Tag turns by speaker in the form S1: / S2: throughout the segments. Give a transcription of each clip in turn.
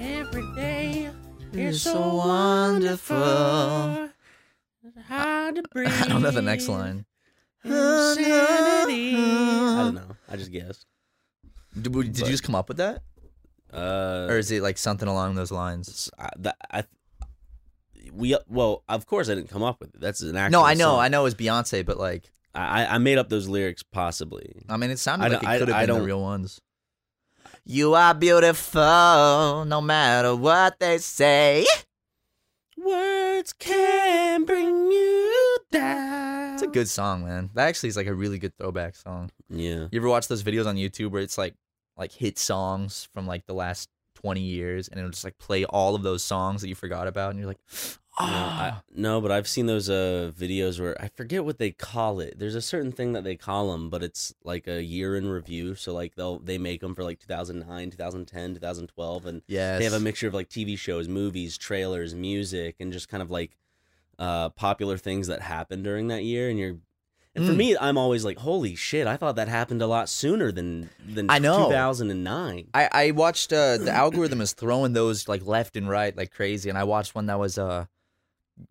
S1: Every day is
S2: It's
S1: so
S2: so
S1: wonderful.
S2: wonderful.
S1: Hard to breathe.
S2: I don't know the next line.
S1: Insanity.
S3: I don't know. I just guessed.
S2: Did, we- did you just come up with that,
S3: Uh,
S2: or is it like something along those lines?
S3: I, that, I, we well, of course, I didn't come up with it. That's an actual.
S2: No, I know,
S3: song.
S2: I know, it was Beyonce, but like,
S3: I I made up those lyrics possibly.
S2: I mean, it sounded
S3: I
S2: like
S3: don't- I-
S2: it could
S3: I
S2: have been the
S3: don't-
S2: real ones. You are beautiful, no matter what they say.
S1: Words can bring you down.
S2: It's a good song, man. That actually is like a really good throwback song.
S3: Yeah.
S2: You ever watch those videos on YouTube where it's like like hit songs from like the last 20 years and it'll just like play all of those songs that you forgot about and you're like,
S3: No, I,
S2: ah.
S3: no, but I've seen those uh, videos where I forget what they call it. There's a certain thing that they call them, but it's like a year in review. So like they'll they make them for like 2009, 2010, 2012, and
S2: yes.
S3: they have a mixture of like TV shows, movies, trailers, music, and just kind of like uh, popular things that happened during that year. And you're, and for
S2: Mm.
S3: me, I'm always like, holy shit, I thought that happened a lot sooner than than
S2: I know.
S3: 2009.
S2: I, I watched uh, the algorithm is throwing those like left and right like crazy, and I watched one that was uh,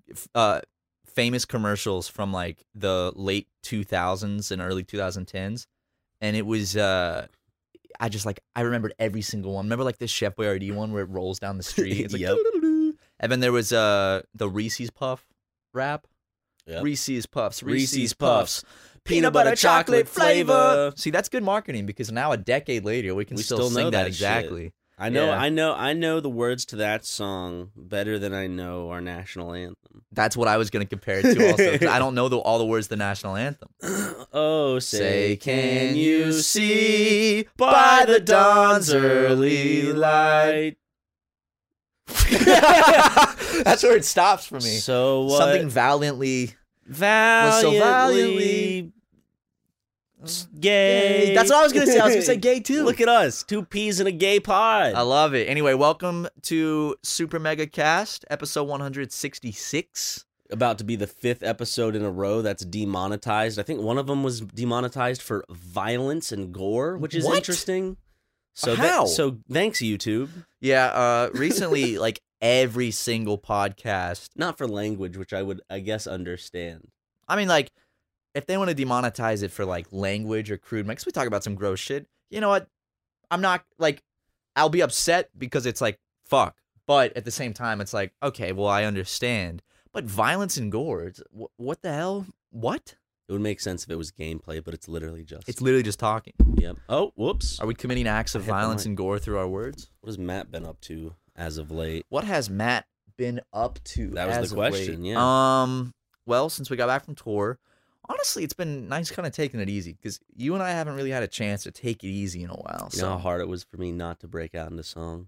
S2: f- uh famous commercials from like the late two thousands and early two thousand tens, and it was uh. I just like I remembered every single one. Remember like this Chef Boyardee one where it rolls down the street. It's like,
S3: Yep.
S2: "Doo-doo-doo-doo." And then there was uh the Reese's Puff rap.
S3: Yep.
S2: Reese's Puffs.
S3: Reese's
S2: Reese's
S3: Puffs.
S2: Puffs. Peanut butter chocolate flavor. See, that's good marketing because now a decade later we can
S3: We
S2: still,
S3: still
S2: sing
S3: know that
S2: that,
S3: shit.
S2: exactly.
S3: I know,
S2: Yeah.
S3: I know, I know the words to that song better than I know our national anthem.
S2: That's what I was going to compare it to. Also, 'cause I don't know the, all the words to the national anthem.
S3: Oh, say, can you see
S2: by
S3: the dawn's early
S2: light? That's where it stops for me.
S3: so what?
S2: Something valiantly.
S3: valiantly,
S2: so valiantly
S3: valiantly gay.
S2: That's what I was going to say. I was going to say gay too.
S3: Look at us, two peas in a gay pod.
S2: I love it. Anyway, welcome to Super Mega Cast, episode 166.
S3: About to be the fifth episode in a row that's demonetized. I think one of them was demonetized for violence and gore, which is
S2: What?
S3: interesting. So tha-
S2: How?
S3: so thanks YouTube,
S2: Yeah, uh recently like every single podcast.
S3: not for language, which I would I guess understand.
S2: I mean like if they want to demonetize it for like language or crude because we talk about some gross shit. You know what? I'm not like I'll be upset because it's like fuck. But at the same time it's like okay, well I understand. But violence and gore, it's, wh- what the hell? What?
S3: It would make sense if it was gameplay, but it's literally just
S2: It's literally just talking.
S3: yep. Oh, whoops.
S2: Are we committing acts of
S3: I hit the
S2: violence
S3: mic.
S2: and gore through our words?
S3: What has Matt been up to as of late?
S2: what has Matt been up to?
S3: That was the
S2: as of late?
S3: question, yeah.
S2: Um. Well, since we got back from tour, honestly, it's been nice, kind of taking it easy because you and I haven't really had a chance to take it easy in a while.
S3: You
S2: so
S3: know how hard it was for me not to break out into song.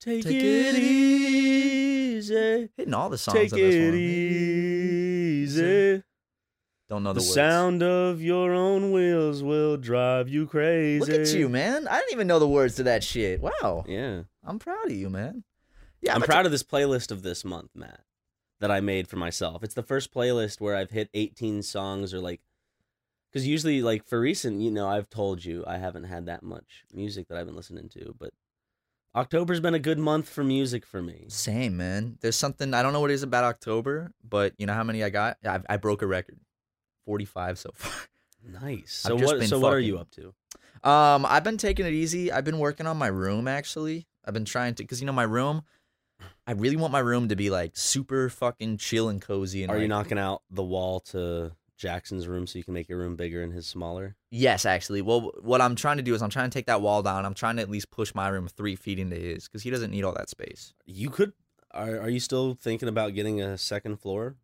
S3: Take,
S2: it
S3: easy.
S2: hitting all the songs
S3: Take
S2: on this
S3: it
S2: one.
S3: easy.
S2: Don't know
S3: The,
S2: the, words.
S3: sound of your own wheels will drive you crazy.
S2: Look at you, man! I didn't even know the words to that shit. Wow,
S3: Yeah.
S2: I'm proud of you, man. Yeah,
S3: I'm
S2: but-
S3: proud of this playlist of this month, Matt, that I made for myself. It's the first playlist where I've hit 18 songs or like. Because usually, like for recent, you know, I've told you I haven't had that much music that I've been listening to, but October's been a good month for music for me.
S2: Same, man. There's something I don't know what it is about October, but you know how many I got? I, I broke a record, 45 so far.
S3: Nice.
S2: I've
S3: So
S2: just
S3: what?
S2: been
S3: So what are
S2: fucking-
S3: you up to?
S2: Um, I've been taking it easy. I've been working on my room actually. I've been trying to, cause you know my room. I really want my room to be like super fucking chill and cozy. And
S3: Are you
S2: like-
S3: knocking out the wall to Jackson's room so you can make your room bigger and his smaller?
S2: Yes, actually. Well, what I'm trying to do is I'm trying to take that wall down. I'm trying to at least push my room three feet into his, cause he doesn't need all that space.
S3: You could. Are, are you still thinking about getting a second floor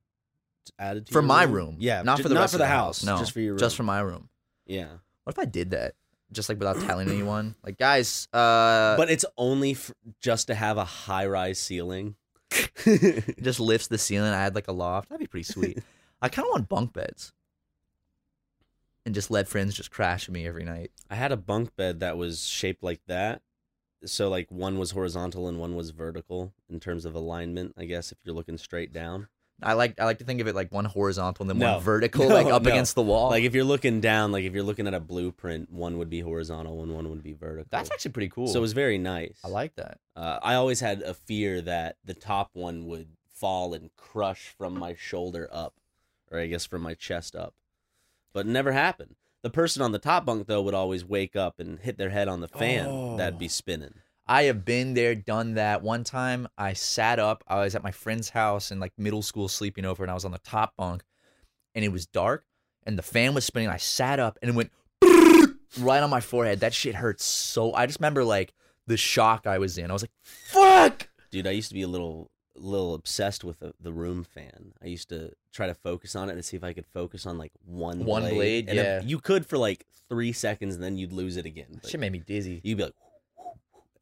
S3: added to
S2: for
S3: your
S2: my
S3: room?
S2: room,
S3: Yeah,
S2: not
S3: ju-
S2: for the
S3: not
S2: rest
S3: for
S2: of
S3: the
S2: the
S3: house.
S2: No,
S3: just for your room.
S2: just for my room.
S3: yeah.
S2: What if I did that? Just like without telling anyone, like guys. Uh,
S3: but it's only f- just to have a high rise ceiling.
S2: It just lifts the ceiling. I had like a loft. That'd be pretty sweet. I kind of want bunk beds. And just let friends just crash me every night.
S3: I had a bunk bed that was shaped like that. So like one was horizontal and one was vertical in terms of alignment, I guess if you're looking straight down.
S2: I like I like to think of it like one horizontal and then
S3: No.
S2: one vertical,
S3: No,
S2: like up
S3: no.
S2: against the wall.
S3: Like if you're looking down, like if you're looking at a blueprint, one would be horizontal and one would be vertical.
S2: that's actually pretty cool.
S3: So it was very nice.
S2: I like that.
S3: Uh, I always had a fear that the top one would fall and crush from my shoulder up, or I guess from my chest up, but it never happened. The person on the top bunk though would always wake up and hit their head on the fan that'd be spinning.
S2: I have been there, done that. One time I sat up, I was at my friend's house in like middle school sleeping over, and I was on the top bunk and it was dark and the fan was spinning. I sat up and it went right on my forehead. That shit hurt so I just remember like the shock I was in. I was like, fuck.
S3: Dude, I used to be a little little obsessed with the, the room fan. I used to try to focus on it to see if I could focus on like one
S2: One blade,
S3: And if-
S2: yeah.
S3: you could for like three seconds, and then you'd lose it again.
S2: That
S3: But-
S2: shit made me dizzy.
S3: You'd be like,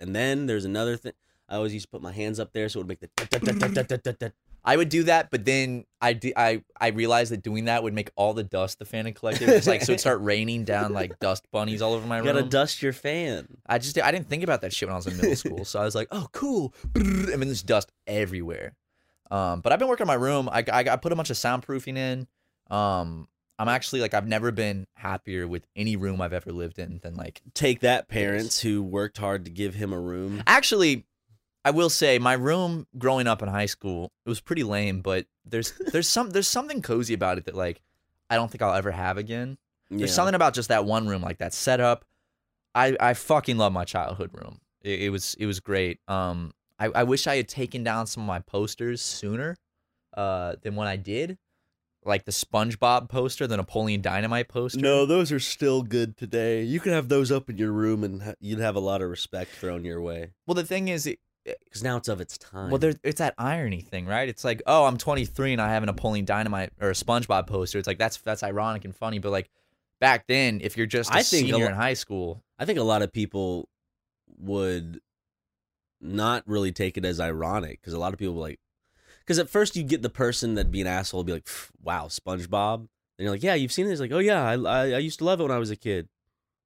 S3: and then there's another thing. I always used to put my hands up there so it would make the. tut, tut, tut, tut, tut, tut, tut, tut.
S2: I would do that, but then I di- I I realized that doing that would make all the dust the fan had collected. It's like so it'd start raining down like dust bunnies all over my
S3: You
S2: room.
S3: gotta dust your fan.
S2: I just I didn't think about that shit when I was in middle school. So I was like, oh cool, and then there's dust everywhere. Um, but I've been working on my room. I, I I put a bunch of soundproofing in. Um, I'm actually like I've never been happier with any room I've ever lived in than like
S3: Take that, parents who worked hard to give him a room.
S2: Actually, I will say my room growing up in high school it was pretty lame, but there's there's some there's something cozy about it that like I don't think I'll ever have again.
S3: Yeah.
S2: There's something about just that one room like that setup. I I fucking love my childhood room. It, it was it was great. Um, I I wish I had taken down some of my posters sooner, uh, than when I did. Like the SpongeBob poster, the Napoleon Dynamite poster.
S3: those are still good today. You can have those up in your room, and ha- you'd have a lot of respect thrown your way.
S2: Well, the thing is, it,
S3: Because now it's of its time.
S2: Well, there, it's that irony thing, right? It's like, oh, I'm 23 and I have an Napoleon Dynamite or a SpongeBob poster. It's like that's that's ironic and funny, but like back then, if you're just a
S3: I think a
S2: senior
S3: lo-
S2: in high school,
S3: I think a lot of people would not really take it as ironic because a lot of people like, because at first you get the person that'd be an asshole, be like, "Pff, "Wow, SpongeBob," and you're like, "Yeah, you've seen it." He's like, "Oh yeah, I, I I used to love it when I was a kid."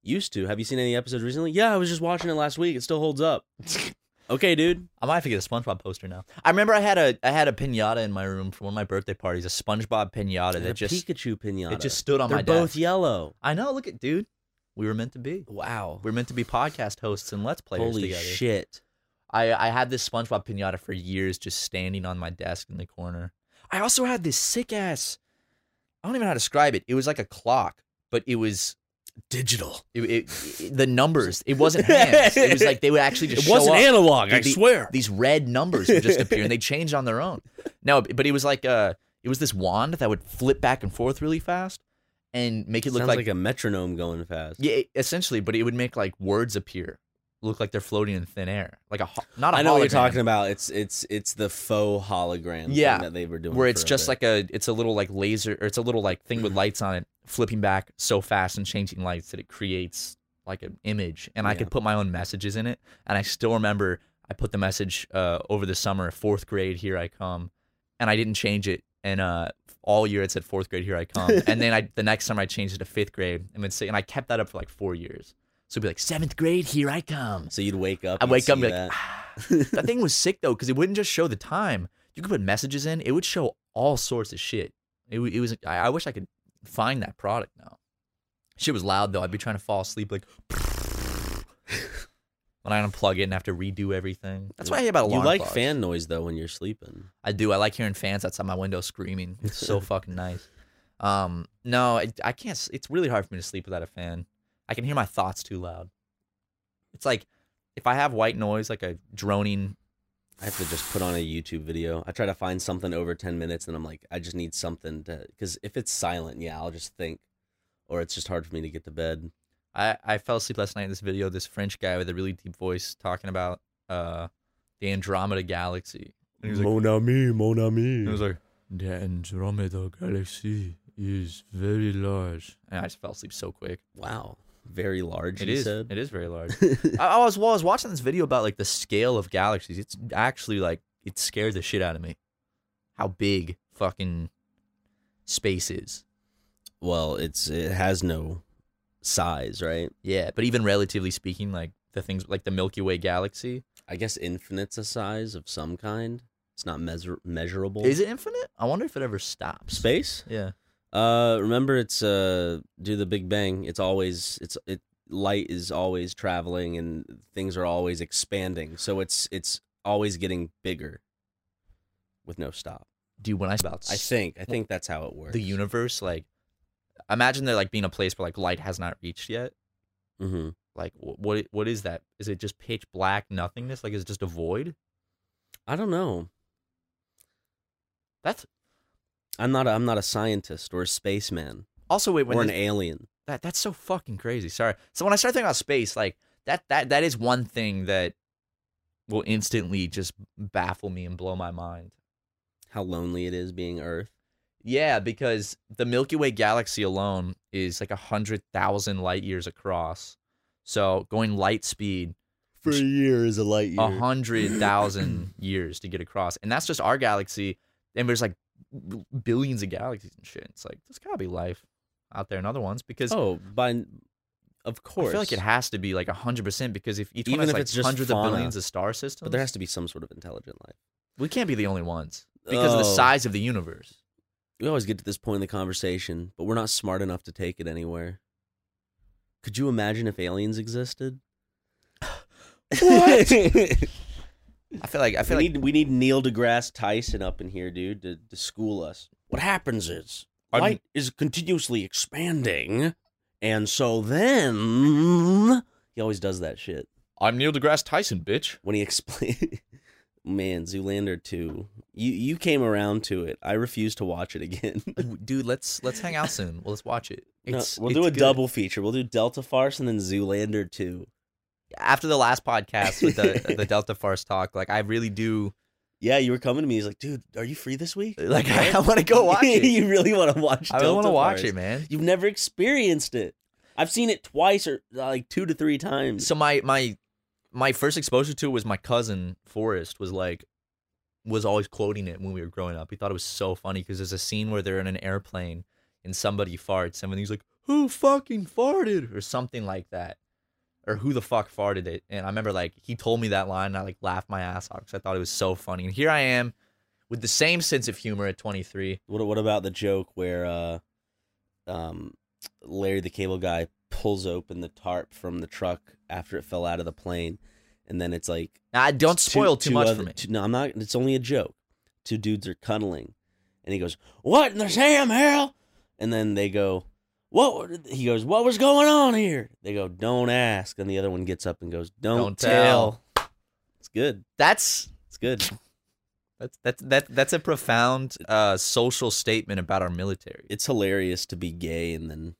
S3: Used to. Have you seen any episodes recently? Yeah, I was just watching it last week. It still holds up. okay, dude.
S2: I might have to get a SpongeBob poster now. I remember I had a I had a pinata in my room for one of my birthday parties, a SpongeBob pinata
S3: The
S2: that just
S3: Pikachu pinata.
S2: it just stood on
S3: They're
S2: my
S3: both
S2: desk.
S3: yellow.
S2: I know. Look at dude, we were meant to be.
S3: Wow.
S2: We are meant to be podcast hosts and let's players
S3: Holy
S2: together.
S3: shit.
S2: I I had this SpongeBob pinata for years, just standing on my desk in the corner. I also had this sick ass. I don't even know how to describe it. It was like a clock, but it was
S3: Digital.
S2: it, it, it- the numbers. It wasn't hands. It was like they would actually just.
S3: It
S2: show
S3: wasn't
S2: up.
S3: analog.
S2: Dude,
S3: I
S2: the-
S3: swear.
S2: These red numbers would just appear, and they changed on their own. No, but it was like uh, it was this wand that would flip back and forth really fast, and make it look
S3: Sounds
S2: like,
S3: like a metronome going fast.
S2: yeah, it- essentially. But it would make like words appear, look like they're floating in thin air, like a ho- not. I
S3: I know what you're talking about. It's it's it's the faux hologram
S2: Yeah,
S3: thing that they were doing. Mm-hmm.
S2: where it's just like a it's a little like laser or it's a little like thing with lights on it flipping back so fast and changing lights that it creates like an image and i
S3: Yeah.
S2: could put my own messages in it and i still remember i put the message uh, over the summer fourth grade here i come and i didn't change it and uh, all year it said fourth grade here i come and then i the next summer i changed it to fifth grade and would say and i kept that up for like four years so it'd be like seventh grade here i come
S3: so you'd wake up.
S2: I
S3: you'd
S2: wake up and
S3: see
S2: be like,
S3: that.
S2: "Ah." that thing was sick though, because it wouldn't just show the time. You could put messages in; it would show all sorts of shit. It, wa- it was. I, I wish I could find that product now. Shit was loud though. I'd be trying to fall asleep like. When I unplug it and have to redo everything. That's what I hate about alarm
S3: You like
S2: clocks.
S3: fan noise though when you're sleeping.
S2: I do. I like hearing fans outside my window screaming. It's so fucking nice. Um, no, I, I can't. s- It's really hard for me to sleep without a fan. I can hear my thoughts too loud. It's like if I have white noise, like a droning.
S3: I have to just put on a YouTube video. I try to find something over 10 minutes and I'm like, I just need something to. Because if it's silent, yeah, I'll just think. Or it's just hard for me to get to bed.
S2: I, I fell asleep last night in this video. This French guy with a really deep voice talking about uh the Andromeda galaxy. And he was like,
S3: ami, mon ami.
S2: It was like the Andromeda galaxy is very large, and I just fell asleep so quick.
S3: wow. Very large,
S2: It
S3: he
S2: is.
S3: said.
S2: It is very large. I, I was while I was watching this video about like the scale of galaxies. It's actually like it scared the shit out of me. How big fucking space is.
S3: Well, it's it has no size, right?
S2: Yeah, but even relatively speaking, like the things like the Milky Way galaxy,
S3: I guess infinite's a size of some kind. It's not measur- measurable.
S2: is it infinite? I wonder if it ever stops.
S3: Space?
S2: Yeah.
S3: Uh, remember, it's uh, do the Big Bang. It's always it's it light is always traveling and things are always expanding. So it's it's always getting bigger with no stop.
S2: Dude, when I about
S3: I think I think that's how it works.
S2: the universe, like imagine there like being a place where like light has not reached yet.
S3: hmm
S2: Like wh- what i- what is that? Is it just pitch black nothingness? Like is it just a void?
S3: I don't know.
S2: That's
S3: I'm not a, I'm not a scientist or a spaceman
S2: also wait when
S3: or
S2: this-
S3: an alien.
S2: That that's so fucking crazy. Sorry. So when I start thinking about space, like that that that is one thing that will instantly just baffle me and blow my mind.
S3: How lonely it is being Earth.
S2: Yeah, because the Milky Way galaxy alone is like a hundred thousand light years across. So going light speed, For a
S3: year is a light
S2: a hundred thousand years to get across, and that's just our galaxy. And there's like b- billions of galaxies and shit. It's like there's gotta be life out there in other ones because
S3: Oh, by of course.
S2: I feel like it has to be like hundred percent because if each
S3: Even
S2: one has
S3: if
S2: like
S3: it's just
S2: hundreds
S3: fauna.
S2: of billions of star systems,
S3: but there has to be some sort of intelligent life.
S2: we can't be the only ones because of the
S3: Oh.
S2: size of the universe.
S3: we always get to this point in the conversation, but we're not smart enough to take it anywhere. Could you imagine if aliens existed?
S2: What?
S3: we,
S2: I feel like I feel like
S3: need, we need Neil deGrasse Tyson up in here, dude, to, to school us. What happens is
S2: I'm-
S3: light is continuously expanding, and so then he always does that shit
S2: I'm Neil deGrasse Tyson, bitch.
S3: when he explains. Man, Zoolander two, you you came around to it. I refuse to watch it again.
S2: Dude, let's let's hang out soon. Well, let's watch it.
S3: No,
S2: It's,
S3: we'll
S2: it's
S3: do a
S2: good.
S3: double feature. We'll do Delta Farce and then Zoolander 2.
S2: after the last podcast with the the Delta Farce talk. Like I really do.
S3: Yeah, you were coming to me. He's like, dude, are you free this week?
S2: Like I, want to go watch it.
S3: you really want to watch
S2: I really
S3: want to
S2: watch it, man.
S3: You've never experienced it. I've seen it twice or uh, like two to three times.
S2: so my my my first exposure to it was my cousin Forrest was like was always quoting it when we were growing up. He thought it was so funny because there's a scene where they're in an airplane and somebody farts and when he's like, "Who fucking farted?" or something like that. Or who the fuck farted it? And I remember like he told me that line and I like laughed my ass off cuz I thought it was so funny. And here I am with the same sense of humor at 23.
S3: what, what about the joke where uh, um, Larry the Cable Guy pulls open the tarp from the truck after it fell out of the plane? And then it's like
S2: Now, I don't
S3: Two-
S2: spoil too
S3: two
S2: much
S3: other-
S2: for me.
S3: two- no, I'm not. It's only a joke. Two dudes are cuddling, and he goes, "What in the Sam hell?" And then they go, "What?" were-" He goes, "What was going on here?" They go, "Don't ask." And the other one gets up and goes, "Don't,
S2: Don't
S3: tell. It's good.
S2: That's
S3: It's good.
S2: that's that's that, that's a profound uh, social statement about our military.
S3: It's hilarious to be gay and then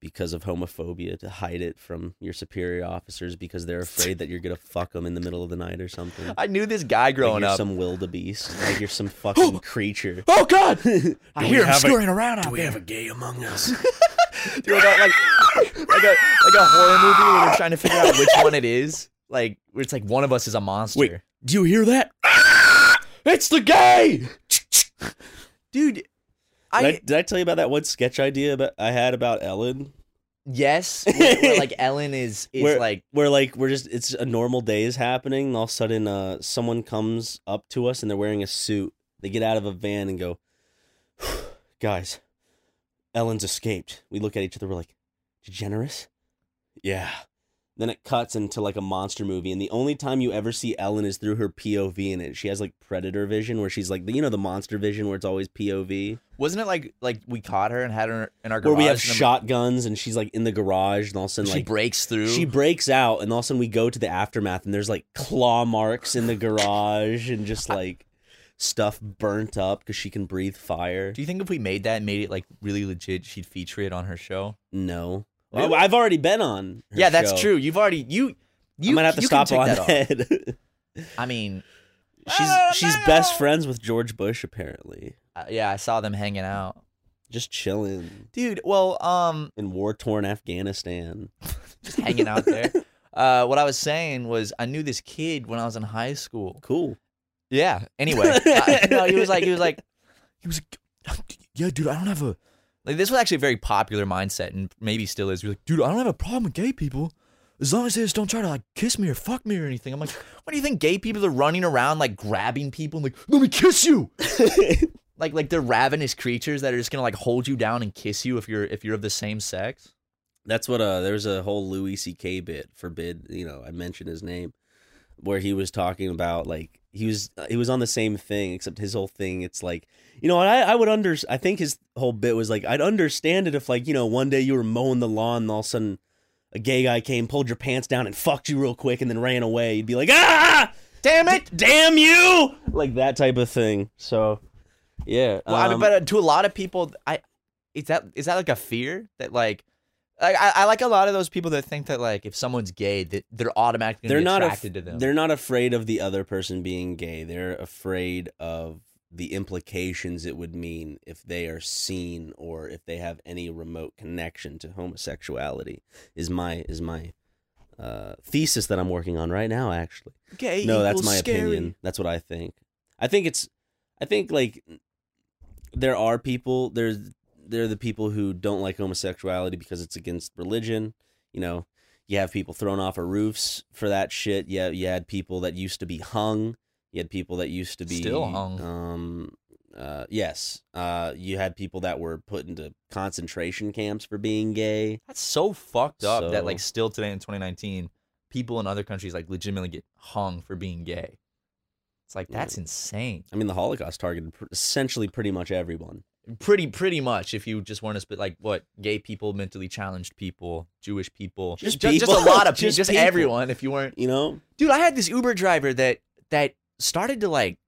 S3: because of homophobia to hide it from your superior officers because they're afraid that you're gonna fuck them in the middle of the night or something.
S2: I knew this guy
S3: like
S2: growing
S3: you're
S2: up.
S3: some wildebeest, like you're some fucking creature.
S2: oh God! I
S3: we
S2: hear him
S3: have a-
S2: scurrying around out there.
S3: a gay among us?
S2: Dude, like, like, like a like a horror movie where they're trying to figure out which one it is. Like where it's like one of us is a monster.
S3: Wait, do you hear that?
S2: Ah! it's the guy, dude. I
S3: did, I, did I tell you about that one sketch idea about, I had about Ellen?
S2: yes, where, where, like Ellen is is
S3: where,
S2: like
S3: where like we're just it's a normal day is happening, and all of a sudden uh, someone comes up to us and they're wearing a suit. They get out of a van and go, guys, Ellen's escaped. We look at each other. We're like, degenerous. Yeah, Then it cuts into like a monster movie, and the only time you ever see Ellen is through her POV in it. She has like predator vision, where she's like, you know, the monster vision, where it's always POV,
S2: Wasn't it like like we caught her and had her in our garage?
S3: where we have
S2: and then
S3: shotguns, and she's like in the garage, and all of a
S2: She
S3: sudden, like
S2: breaks through.
S3: she breaks out, and all of a sudden we go to the aftermath, and there's like claw marks in the garage, and just like stuff burnt up because she can breathe fire.
S2: Do you think if we made that and made it like really legit, she'd feature it on her show?
S3: No,
S2: Really?
S3: I, have already been on. her
S2: yeah, that's
S3: show.
S2: true. You've already you you
S3: I might have to
S2: you can
S3: stop
S2: take
S3: on
S2: that off. Oh,
S3: that.
S2: I mean,
S3: she's she's best friends with George Bush apparently,
S2: uh, yeah, I saw them hanging out,
S3: just chilling
S2: dude. Well, um,
S3: in war torn Afghanistan.
S2: just hanging out there. Uh, what I was saying was, I knew this kid when I was in high school.
S3: Cool.
S2: Yeah. Anyway, I- no, he was like, he was like, he was like, yeah, dude, I don't have a. Like, this was actually a very popular mindset, and maybe still is. He was like, dude, I don't have a problem with gay people, as long as they just don't try to like kiss me or fuck me or anything. I'm like, what do you think? Gay people are running around like grabbing people and like, let me kiss you. like, like they're ravenous creatures that are just gonna like hold you down and kiss you if you're if you're of the same sex.
S3: That's what uh there was a whole Louis C.K. bit forbid, you know, I mentioned his name where he was talking about like he was uh, he was on the same thing except his whole thing it's like you know and I, I would under I think his whole bit was like I'd understand it if like you know one day you were mowing the lawn and all of a sudden a gay guy came pulled your pants down and fucked you real quick and then ran away you'd be like ah
S2: Damn it!
S3: damn you like that type of thing so yeah
S2: Well, I mean,
S3: um,
S2: but uh, to a lot of people, I is that is that like a fear that like, like I, I like a lot of those people that think that like if someone's gay that they're automatically gonna
S3: they're
S2: be
S3: not
S2: attracted
S3: af-
S2: to them.
S3: They're not afraid of the other person being gay. They're afraid of the implications it would mean if they are seen or if they have any remote connection to homosexuality. Is my is my uh, thesis that I'm working on right now. Actually,
S2: gay.
S3: no, that's
S2: equals
S3: my
S2: scary.
S3: opinion. That's what I think. I think it's. I think like there are people there's there are the people who don't like homosexuality because it's against religion. You know, you have people thrown off of roofs for that shit. Yeah, you, had people that used to be hung. You had people that used to be
S2: Still hung.
S3: Um, uh, yes. Uh, you had people that were put into concentration camps for being gay.
S2: That's so fucked up that
S3: So-
S2: like still today in 2019, people in other countries like legitimately get hung for being gay. It's like that's insane.
S3: I mean, the Holocaust targeted pr- essentially pretty much everyone.
S2: Pretty pretty much if you just weren't a sp- like what gay people, mentally challenged people, Jewish people,
S3: Just
S2: ju- just,
S3: people.
S2: a lot of people,
S3: Just
S2: just
S3: people.
S2: everyone. If you weren't
S3: You know,
S2: dude i had this uber driver that that started to like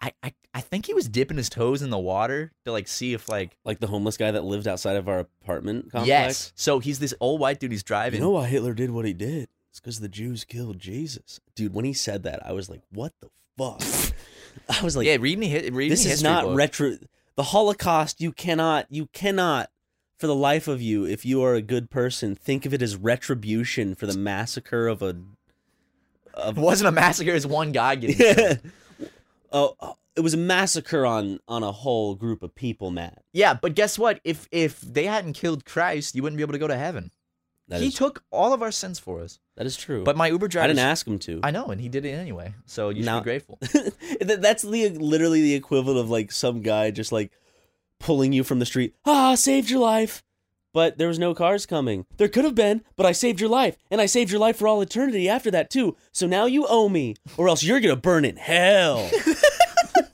S2: I, I i think he was dipping his toes in the water to like see if like
S3: like the homeless guy that lived outside of our apartment complex.
S2: yes so he's this old white dude he's
S3: You
S2: driving
S3: know why Hitler did what he did? It's because the Jews killed Jesus. Dude, when he said that, I was like, what the fuck? I was like,
S2: yeah read me hit read
S3: this
S2: me
S3: is
S2: history
S3: not
S2: book.
S3: retro. The Holocaust, you cannot, you cannot, for the life of you, if you are a good person, think of it as retribution for the massacre of a.
S2: it wasn't a massacre it's one guy getting killed.
S3: oh, oh, it was a massacre on on a whole group of people, Matt.
S2: yeah but guess what if if they hadn't killed christ you wouldn't be able to go to heaven
S3: That
S2: he
S3: is-
S2: took all of our sins for us
S3: that is true.
S2: but my uber driver
S3: I didn't ask him to.
S2: i know and he did it anyway so you should
S3: Now-
S2: be grateful
S3: Th- That's the literally the equivalent of like some guy just like pulling you from the street. Ah, saved your life. But there was no cars coming. There could have been, but I saved your life, and I saved your life for all eternity after that too. So now you owe me, or else you're gonna burn in hell.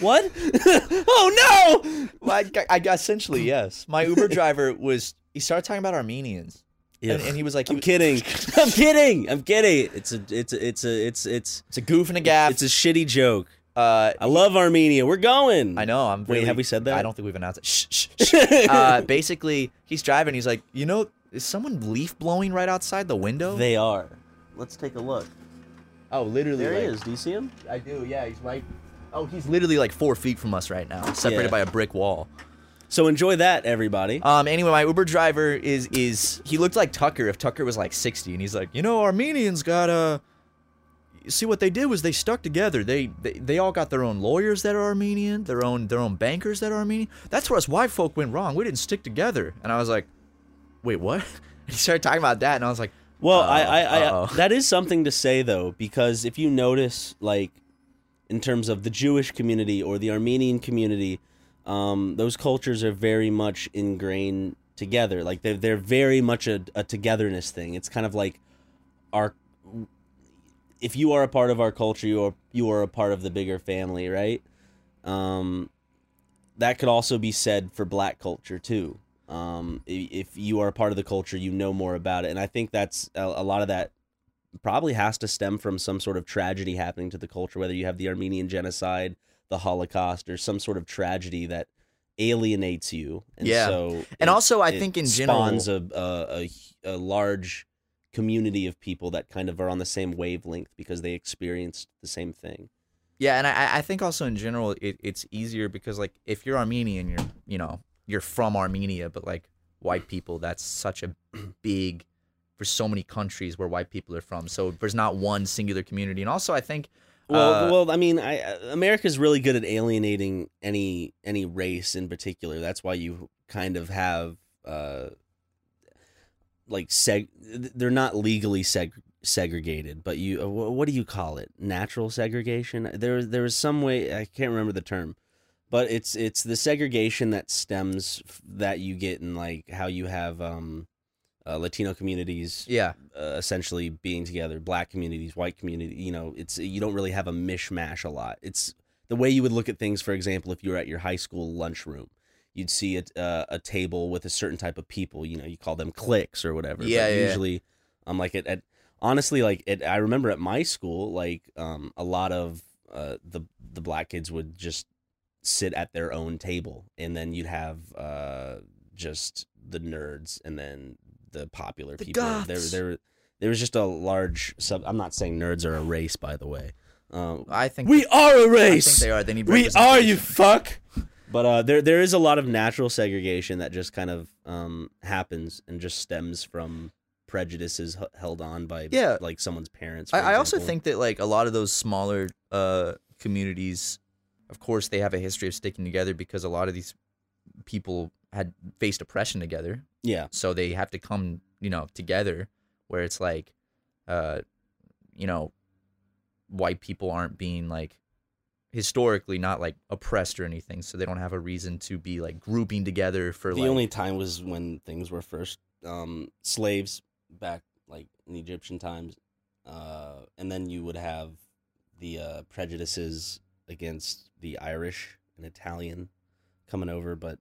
S3: what? oh no!
S2: Well, I, I essentially yes. My Uber driver was he started talking about Armenians, and, and he was like, he
S3: I'm
S2: was-
S3: kidding. I'm kidding. I'm kidding. It's a, it's a, it's a, it's, it's,
S2: It's a goof and a gaff.
S3: it's a shitty joke.
S2: uh,
S3: I love Armenia. We're going.
S2: I know. I'm.
S3: Wait,
S2: really-
S3: have we said that?
S2: I don't think we've announced it. Shh, shh, shh. uh, basically, he's driving. He's like, you know, is someone leaf blowing right outside the window?
S3: They are. Let's take a look.
S2: oh, literally.
S3: There he
S2: like-
S3: is. Do you see him?
S2: I do. Yeah, he's right. Oh, he's literally like four feet from us right now, separated
S3: Yeah.
S2: by a brick wall.
S3: So enjoy that, everybody.
S2: Um. Anyway, my Uber driver is is he looked like Tucker if Tucker was like sixty, and he's like, you know, Armenians got uh you See what they did was they stuck together. They, they they all got their own lawyers that are Armenian, their own their own bankers that are Armenian. That's where us white folk went wrong. We didn't stick together. And I was like, wait, what? And he started talking about that, and I was like,
S3: well,
S2: uh,
S3: I, I, I
S2: uh-oh.
S3: that is something to say though, because if you notice, like, in terms of the Jewish community or the Armenian community, um, those cultures are very much ingrained together. Like they're they're very much a, a togetherness thing. It's kind of like our if you are a part of our culture, you are you are a part of the bigger family, right? Um, that could also be said for Black culture too. Um, i- if you are a part of the culture, you know more about it, and I think that's a, a lot of that probably has to stem from some sort of tragedy happening to the culture, whether you have the Armenian genocide, the Holocaust, or some sort of tragedy that alienates you. And
S2: Yeah.
S3: So
S2: And also, I
S3: it
S2: think in
S3: spawns a, a, a a large community of people that kind of are on the same wavelength because they experienced the same thing.
S2: Yeah, and I, I think also in general it, it's easier because like if you're Armenian, you're you know you're from Armenia, but like white people, that's such a big for so many countries where white people are from. So there's not one singular community, and also I think
S3: Well,
S2: Uh,
S3: well, I mean, I, uh, America's really good at alienating any any race in particular. That's why you kind of have uh, like seg. They're not legally seg segregated, but you. uh, wh- What do you call it? Natural segregation. There, there is some way I can't remember the term, but it's it's the segregation that stems f- that you get in like how you have um, uh, Latino communities
S2: yeah,
S3: uh, essentially being together black communities white community you know it's you don't really have a mishmash a lot it's the way you would look at things for example if you were at your high school lunchroom you'd see a, uh, a table with a certain type of people you know you call them cliques or whatever
S2: Yeah, yeah, yeah.
S3: usually i'm like at, at honestly like at, i remember at my school like um a lot of uh the the black kids would just sit at their own table and then you'd have uh just the nerds and then the popular
S2: The
S3: people there
S2: goths.
S3: there there was just a large sub i'm not saying nerds are a race by the way um
S2: I think
S3: we are a
S2: I
S3: race
S2: think they are. They need
S3: we are you
S2: representation.
S3: fuck but uh there there is a lot of natural segregation that just kind of um happens and just stems from prejudices h- held on by
S2: Yeah.
S3: like someone's parents for
S2: I, I also
S3: example.
S2: think that like a lot of those smaller uh, communities, of course, they have a history of sticking together because a lot of these people had faced oppression together.
S3: yeah
S2: so they have to come you know together where it's like uh you know white people aren't being like historically not like oppressed or anything so they don't have a reason to be like grouping together for
S3: the
S2: like
S3: only time was when things were first um, slaves back like in Egyptian times, uh, and then you would have the uh, prejudices against the Irish and Italian coming over, but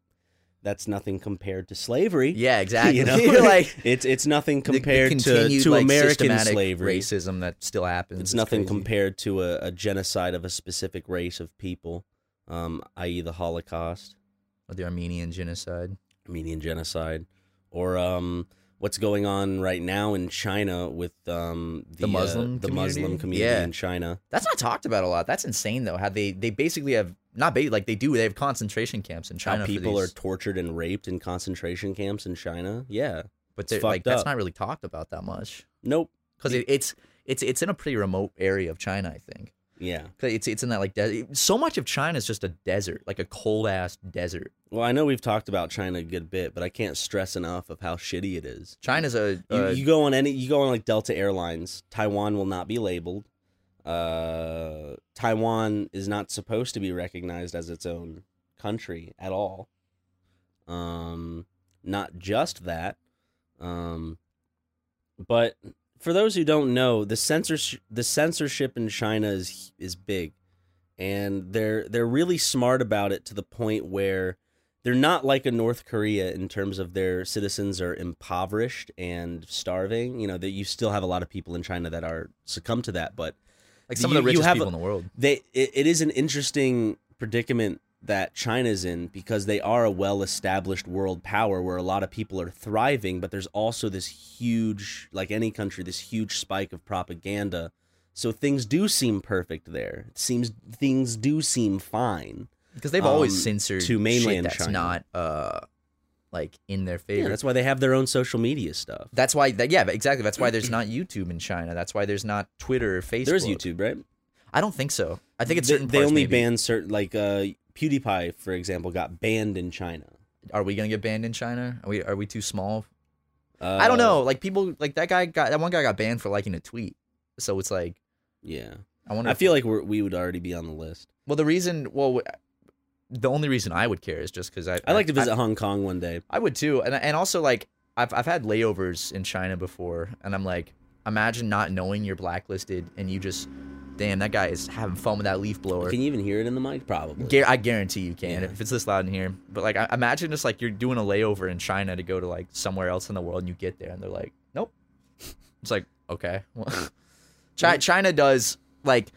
S3: that's nothing compared to slavery.
S2: yeah exactly
S3: you know,
S2: You're like
S3: it's it's nothing
S2: the- the
S3: compared to
S2: continued,
S3: to
S2: like,
S3: American
S2: systematic
S3: slavery.
S2: racism that still happens
S3: It's nothing
S2: crazy.
S3: compared to a, a genocide of a specific race of people, um, i.e., the Holocaust.
S2: Or the armenian genocide
S3: Armenian genocide, or um, what's going on right now in China with um, the,
S2: The Muslim
S3: uh, the Muslim
S2: community?
S3: community
S2: Yeah.
S3: in China.
S2: that's not talked about a lot that's insane though how they they basically have not ba- like they do they have concentration camps in china
S3: How
S2: for
S3: people are
S2: these,
S3: tortured and raped in concentration camps in China. Yeah,
S2: but
S3: it's
S2: they're, like
S3: fucked
S2: that's
S3: up.
S2: not really talked about that much
S3: nope.
S2: because it, it's it's it's in a pretty remote area of China, I think.
S3: Yeah.
S2: 'Cause It's it's in that like de- so much of China is just a desert, like a cold ass desert.
S3: Well, I know we've talked about China a good bit, but I can't stress enough of how shitty it is.
S2: China's a,
S3: You,
S2: a-
S3: you go on any, you go on like Delta Airlines. Taiwan will not be labeled. Uh, Taiwan is not supposed to be recognized as its own country at all. Um, not just that, um, but for those who don't know, the censorship the censorship in China is is big, and they're they're really smart about it to the point where they're not like a North Korea in terms of their citizens are impoverished and starving. You know that you still have a lot of people in China that are succumb to that, but
S2: like some
S3: you-
S2: of
S3: you
S2: the richest
S3: have
S2: people
S3: a-
S2: in the world.
S3: they it, it is an interesting predicament that China's in because they are a well-established world power where a lot of people are thriving, but there's also this huge, like any country, this huge spike of propaganda. So things do seem perfect there. It seems things do seem fine.
S2: Because they've always
S3: um,
S2: censored
S3: to
S2: shit
S3: mainland
S2: that's
S3: China.
S2: not uh like in their favor.
S3: Yeah, that's why they have their own social media stuff.
S2: That's why that, yeah, exactly. That's why there's not YouTube in China. That's why there's not Twitter or Facebook.
S3: There's YouTube, right?
S2: I don't think so. I think it's
S3: They-
S2: certain
S3: they,
S2: parts,
S3: only
S2: maybe.
S3: ban certain like uh PewDiePie, for example, got banned in China.
S2: Are we gonna get banned in China? Are we are we too small?
S3: Uh,
S2: I don't know. Like people like that guy got that one guy got banned for liking a tweet. So it's like
S3: Yeah,
S2: I wonder.
S3: I
S2: if-
S3: feel like we're, we would already be on the list.
S2: Well, the reason, well, w- the only reason I would care is just because I
S3: I'd like to visit Hong Kong one day.
S2: I would too, and and also like I've I've had layovers in China before, and I'm like, imagine not knowing you're blacklisted, and you just, damn, that guy is having fun with that leaf blower.
S3: Can you even hear it in the mic? Probably.
S2: Gar- I guarantee you can
S3: Yeah.
S2: if it's this loud in here. But like, I, imagine just like you're doing a layover in China to go to like somewhere else in the world, and you get there, and they're like, nope. It's like okay, well, Chi- China does like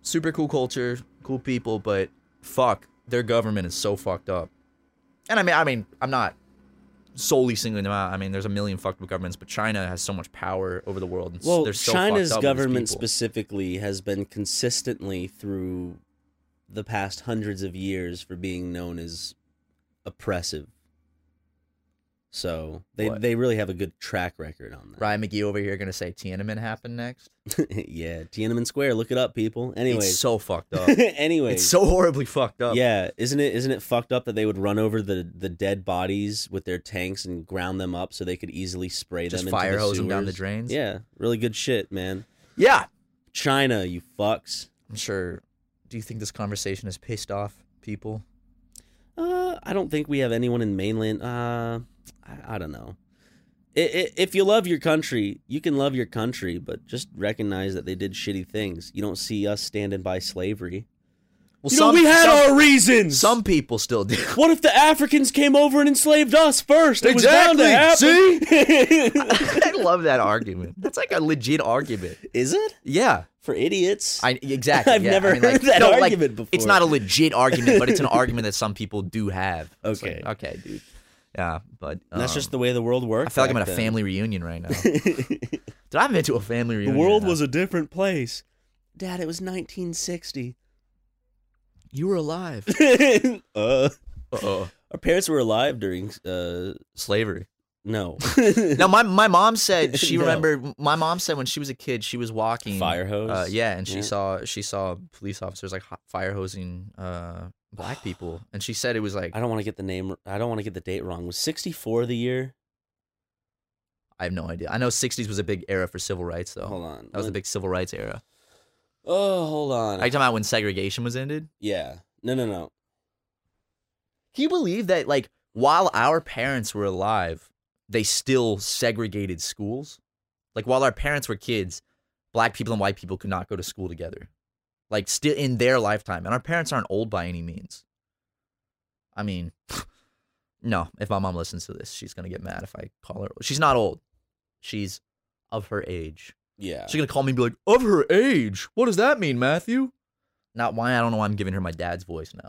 S2: super cool culture, cool people, but fuck, their government is so fucked up. And I mean, I mean, I'm not solely singling them out. I mean, there's a million fucked up governments, but China has so much power over the world. And s-
S3: well,
S2: they're so
S3: China's
S2: fucked up with its
S3: government
S2: people.
S3: specifically has been consistently through the past hundreds of years for being known as oppressive. So they
S2: What?
S3: they really have a good track record on that.
S2: Ryan McGee over here gonna say Tiananmen happened next.
S3: yeah, Tiananmen Square. Look it up, people.
S2: It's
S3: Anyways,
S2: so fucked up.
S3: anyways,
S2: It's so horribly fucked up.
S3: yeah. Isn't it isn't it fucked up that they would run over the the dead bodies with their tanks and ground them up so they could easily spray
S2: Just
S3: them
S2: fire
S3: into the
S2: hose 'em down the
S3: sewers?
S2: drains?
S3: Yeah, really good shit, man.
S2: Yeah.
S3: China, you fucks.
S2: I'm sure. Do you think this conversation has pissed off people?
S3: Uh, I don't think we have anyone in mainland. Uh, I, I don't know. I i if you love your country, you can love your country, but just recognize that they did shitty things. You don't see us standing by slavery.
S2: Well,
S3: you know, we had
S2: some,
S3: our reasons.
S2: some people still do.
S3: What if the Africans came over and enslaved us first? It
S2: Exactly.
S3: was bound to happen. See?
S2: I love that argument. That's like a legit argument.
S3: Is it
S2: Yeah.
S3: for idiots?
S2: I exactly.
S3: I've
S2: yeah.
S3: never
S2: I mean, like-
S3: heard that
S2: no, like,
S3: argument before.
S2: It's not a legit argument, but it's an argument that some people do have. It's like,
S3: Okay.
S2: okay, dude. Yeah, but
S3: And that's
S2: um,
S3: just the way the world works.
S2: I feel like I'm at
S3: back
S2: a
S3: then.
S2: family reunion right now. Did I been to a family
S3: The
S2: reunion?
S3: world
S2: huh?
S3: was a different place. Dad, it was 1960.
S2: You were alive.
S3: uh,
S2: Uh-oh.
S3: our parents were alive during uh
S2: Slavery.
S3: no
S2: No, my my mom said she
S3: No.
S2: remembered. My mom said when she was a kid, she was walking
S3: Fire hose?
S2: Uh, yeah, and she
S3: Yeah.
S2: saw she saw police officers like ho- fire hosing uh, black people, and she said it was like
S3: I
S2: I,
S3: don't want to get the name I don't want to get the date wrong. Was 64 the year?
S2: have no idea. I know '60s was a big era for civil rights, though.
S3: Hold on.
S2: That was the
S3: When-
S2: big civil rights era.
S3: Oh, hold on.
S2: Are you talking about when segregation was ended?
S3: yeah. No, no, no.
S2: Can you believe that? Like while our parents were alive, they still segregated schools. Like while our parents were kids, black people and white people could not go to school together. Like still in their lifetime, and our parents aren't old by any means. I mean, no. If my mom listens to this, she's gonna get mad if I call her. She's not old. She's of her age.
S3: Yeah.
S2: She's gonna call me and be like, "Of her age? What does that mean, Matthew?" Not why I don't know why I'm giving her my dad's voice now.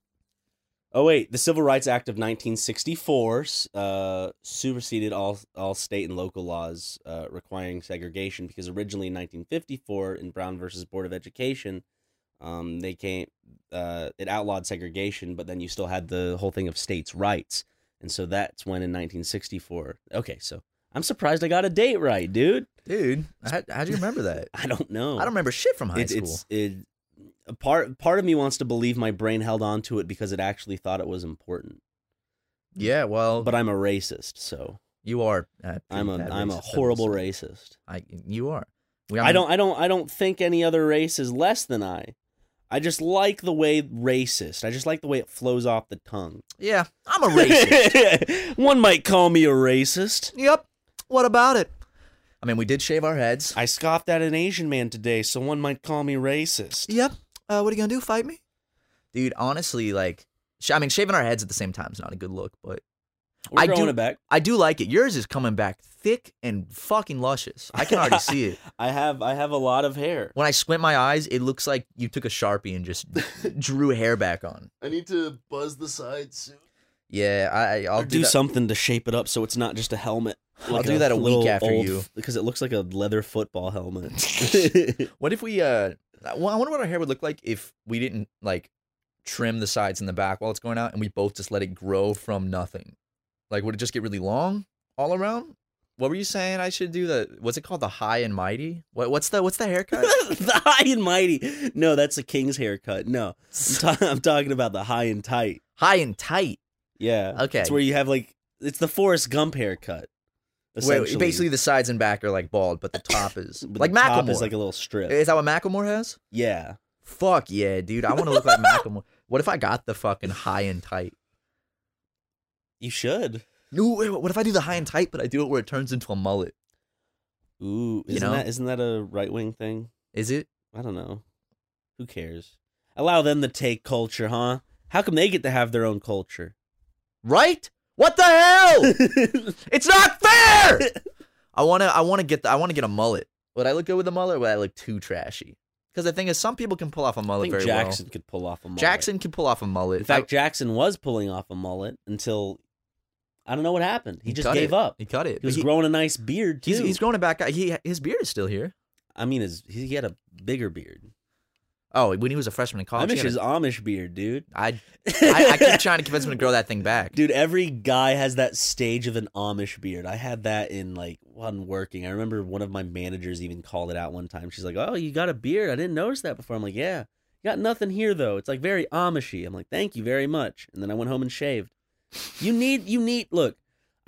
S3: Oh wait, the Civil Rights Act of 1964 uh, superseded all all state and local laws uh, requiring segregation because originally in 1954 in Brown versus Board of Education, Um, they came. Uh, it outlawed segregation, but then you still had the whole thing of states' rights, and so that's when in 1964. Okay, so I'm surprised I got a date right, dude.
S2: Dude, how, how do you remember that?
S3: I don't know.
S2: I don't remember shit from high
S3: It-
S2: school.
S3: It's it. A part part of me wants to believe my brain held on to it because it actually thought it was important,
S2: yeah, well,
S3: but I'm a racist, so
S2: you are. Uh,
S3: I'm a
S2: pretty bad
S3: I'm a
S2: racist, I
S3: horrible
S2: would say.
S3: racist.
S2: I, you are. We,
S3: I don't I don't I don't think any other race is less than I. I just like the way racist. I just like the way it flows off the tongue.
S2: Yeah, I'm a racist.
S3: One might call me a racist.
S2: yep. What about it? I mean, we did shave our heads.
S3: I scoffed at an Asian man today, so one might call me racist.
S2: Yep. Uh, what are you gonna do? Fight me? Dude, honestly, like, sh- I mean, shaving our heads at the same time is not a good look, but
S3: We're
S2: I
S3: growing
S2: do-
S3: it back.
S2: I do like it. Yours is coming back thick and fucking luscious. I can already see it.
S3: I have I have a lot of hair.
S2: When I squint my eyes, it looks like you took a sharpie and just drew hair back on.
S4: I need to buzz the sides soon.
S2: Yeah, I, I'll
S3: I'll do,
S2: do, that.
S3: something to shape it up so it's not just a helmet.
S2: I'll do that a week
S3: little
S2: after
S3: old-
S2: you.
S3: because it looks like a leather football helmet.
S2: What if we? uh Well, I wonder what our hair would look like if we didn't like trim the sides and the back while it's going out, and we both just let it grow from nothing. Like, would it just get really long all around? What were you saying? I should do the what's it called? The high and mighty. What, what's the what's the haircut?
S3: the high and mighty. No, that's a king's haircut. No, I'm, ta- I'm talking about the high and tight.
S2: high and tight.
S3: Yeah.
S2: Okay.
S3: It's where you have like it's the Forrest Gump haircut.
S2: Where
S3: essentially.
S2: basically the sides and back are like bald, but the top is
S3: But
S2: like
S3: the top
S2: Macklemore.
S3: is like a little strip.
S2: Is that what Macklemore has?
S3: yeah.
S2: Fuck yeah, dude! I want to look like Macklemore. What if I got the fucking high and tight?
S3: You should.
S2: No, wait, what if I do the high and tight, but I do it where it turns into a mullet?
S3: Ooh,
S2: You
S3: isn't
S2: know?
S3: that isn't that a right wing thing?
S2: Is it?
S3: I don't know. Who cares? Allow them to take culture, huh? How come they get to have their own culture?
S2: Right? What the hell? it's not fair. I wanna, I wanna get, the, I wanna get a mullet. Would I look good with a mullet? Or would I look too trashy? Because the thing is, some people can pull off a
S3: I
S2: mullet
S3: think
S2: very
S3: Jackson could pull off a
S2: well.
S3: mullet.
S2: Jackson can pull off a mullet.
S3: In fact, Jackson was pulling off a mullet until I don't know what happened. He, just
S2: cut
S3: gave
S2: it.
S3: up.
S2: He cut it.
S3: He was
S2: He-
S3: growing a nice beard too.
S2: He's, he's growing it back. out. He his beard is still here.
S3: I mean, his, he he had a bigger beard.
S2: Oh, when he was a freshman in college, he
S3: Amish
S2: had
S3: is
S2: a-
S3: Amish beard, dude.
S2: I, I I keep trying to convince him to grow that thing back.
S3: Dude, every guy has that stage of an Amish beard. I had that in like one working. I remember one of my managers even called it out one time. She's like, "Oh, you got a beard? I didn't notice that before." I'm like, "Yeah, you got nothing here though. It's like very Amishy." I'm like, "Thank you very much." And then I went home and shaved. You need, you need. Look,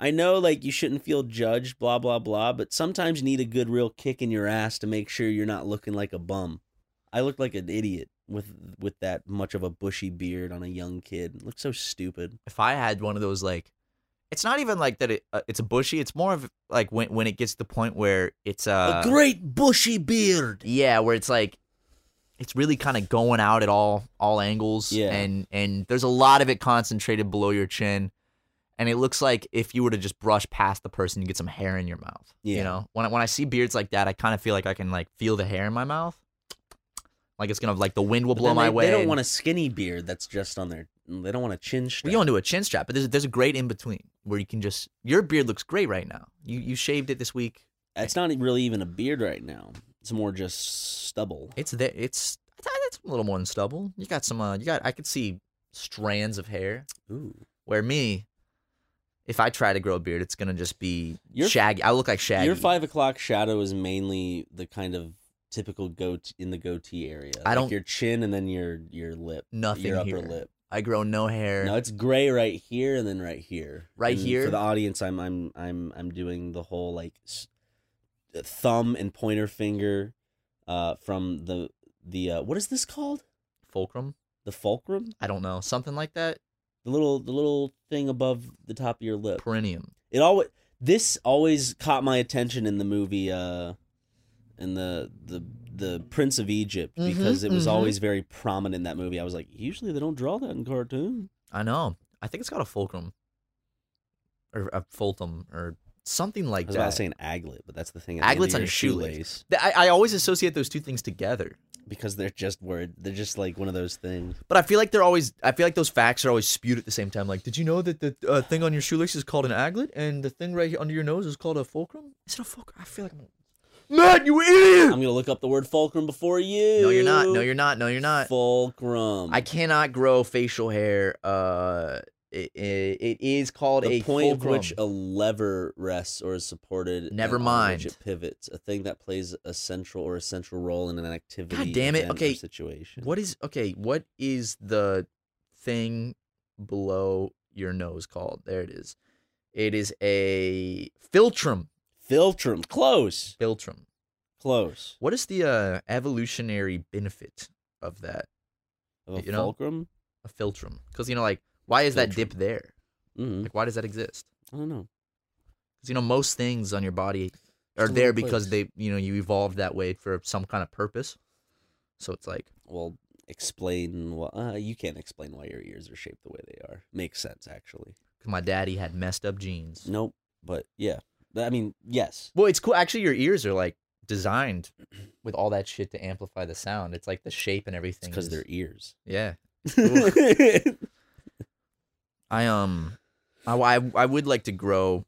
S3: I know like you shouldn't feel judged, blah blah blah, but sometimes you need a good real kick in your ass to make sure you're not looking like a bum. I looked like an idiot with with that much of a bushy beard on a young kid. It looked so stupid.
S2: if I had one of those like, it's not even like that. It uh, it's bushy. It's more of like when when it gets to the point where it's uh
S3: a great bushy beard.
S2: yeah, where it's like, it's really kind of going out at all all angles.
S3: Yeah.
S2: and and there's a lot of it concentrated below your chin, and it looks like if you were to just brush past the person, you get some hair in your mouth.
S3: Yeah.
S2: you know when I, when I see beards like that, I kind of feel like I can like feel the hair in my mouth, like it's gonna like the wind will
S3: But
S2: blow
S3: then
S2: my
S3: they,
S2: way.
S3: They don't
S2: and-
S3: want a skinny beard that's just on their. They don't want a chin strap.
S2: We don't do a chin strap, but there's there's a great in between where you can just your beard looks great right now. You you shaved it this week.
S3: it's not really even a beard right now. It's more just stubble.
S2: It's there. It's that's a little more than stubble. You got some. Uh, you got. I could see strands of hair.
S3: Ooh,
S2: Where me, if I try to grow a beard, it's gonna just be
S3: Your-
S2: shaggy. I look like shaggy.
S3: your five o'clock shadow is mainly the kind of typical goat in the goatee area.
S2: I
S3: Like
S2: don't-
S3: your chin and then your your lip,
S2: Nothing
S3: your upper
S2: here.
S3: lip.
S2: I grow no hair.
S3: No, it's gray right here and then right here.
S2: Right
S3: And
S2: here?
S3: For the audience, I'm I'm I'm I'm doing the whole like s- thumb and pointer finger uh from the the uh what is this called?
S2: Fulcrum.
S3: The fulcrum?
S2: I don't know. Something like that.
S3: The little the little thing above the top of your lip.
S2: Perineum.
S3: It always this always caught my attention in the movie uh in the the the Prince of Egypt
S2: Mhm,
S3: because it was
S2: mhm.
S3: always very prominent in that movie. I was like, usually they don't draw that in cartoon.
S2: I know. I think it's got a fulcrum. Or a fultum or something like
S3: I was
S2: that.
S3: about to say an aglet, but that's the thing. at the end
S2: Aglet's
S3: of
S2: on your shoelace.
S3: shoelace.
S2: Th- I, I always associate those two things together.
S3: because they're just word. They're just like one of those things.
S2: But I feel like they're always. I feel like those facts are always spewed at the same time. Like, did you know that the uh, thing on your shoelace is called an aglet, and the thing right here under your nose is called a fulcrum? Is it a fulcrum? I feel like I'm. Matt, you
S3: I'm
S2: idiot!
S3: gonna look up the word fulcrum before you.
S2: No, you're not. No, you're not. No, you're not.
S3: Fulcrum.
S2: I cannot grow facial hair. Uh, it, it, it is called
S3: the
S2: a
S3: point at
S2: fulcrum.
S3: which a lever rests or is supported.
S2: Never
S3: and on which
S2: mind.
S3: it pivots. A thing that plays a central or a central role in an activity.
S2: God damn it,
S3: event, or
S2: okay,
S3: Situation.
S2: What is okay? What is the thing below your nose called? There it is. It is a philtrum.
S3: Filtrum. Close.
S2: Philtrum.
S3: Close.
S2: What is the uh, evolutionary benefit of that?
S3: Of a
S2: You know?
S3: fulcrum.
S2: A philtrum, because you know, like, why is that dip
S3: Philtrum.
S2: there?
S3: hmm
S2: Like, why does that exist?
S3: I don't know.
S2: Because you know, most things on your body are
S3: a
S2: there
S3: little
S2: because
S3: place.
S2: they, you know, you evolved that way for some kind of purpose. So it's like,
S3: Well, explain. Why, uh, you can't explain why your ears are shaped the way they are. Makes sense, actually.
S2: cause my daddy had messed up genes.
S3: Nope. But yeah. Th- I mean, yes.
S2: Well, it's cool. Actually, your ears are like designed with all that shit to amplify the sound. It's like the shape and everything.
S3: Because
S2: is-
S3: they're ears.
S2: yeah.
S3: That's
S2: I um, I, I I would like to grow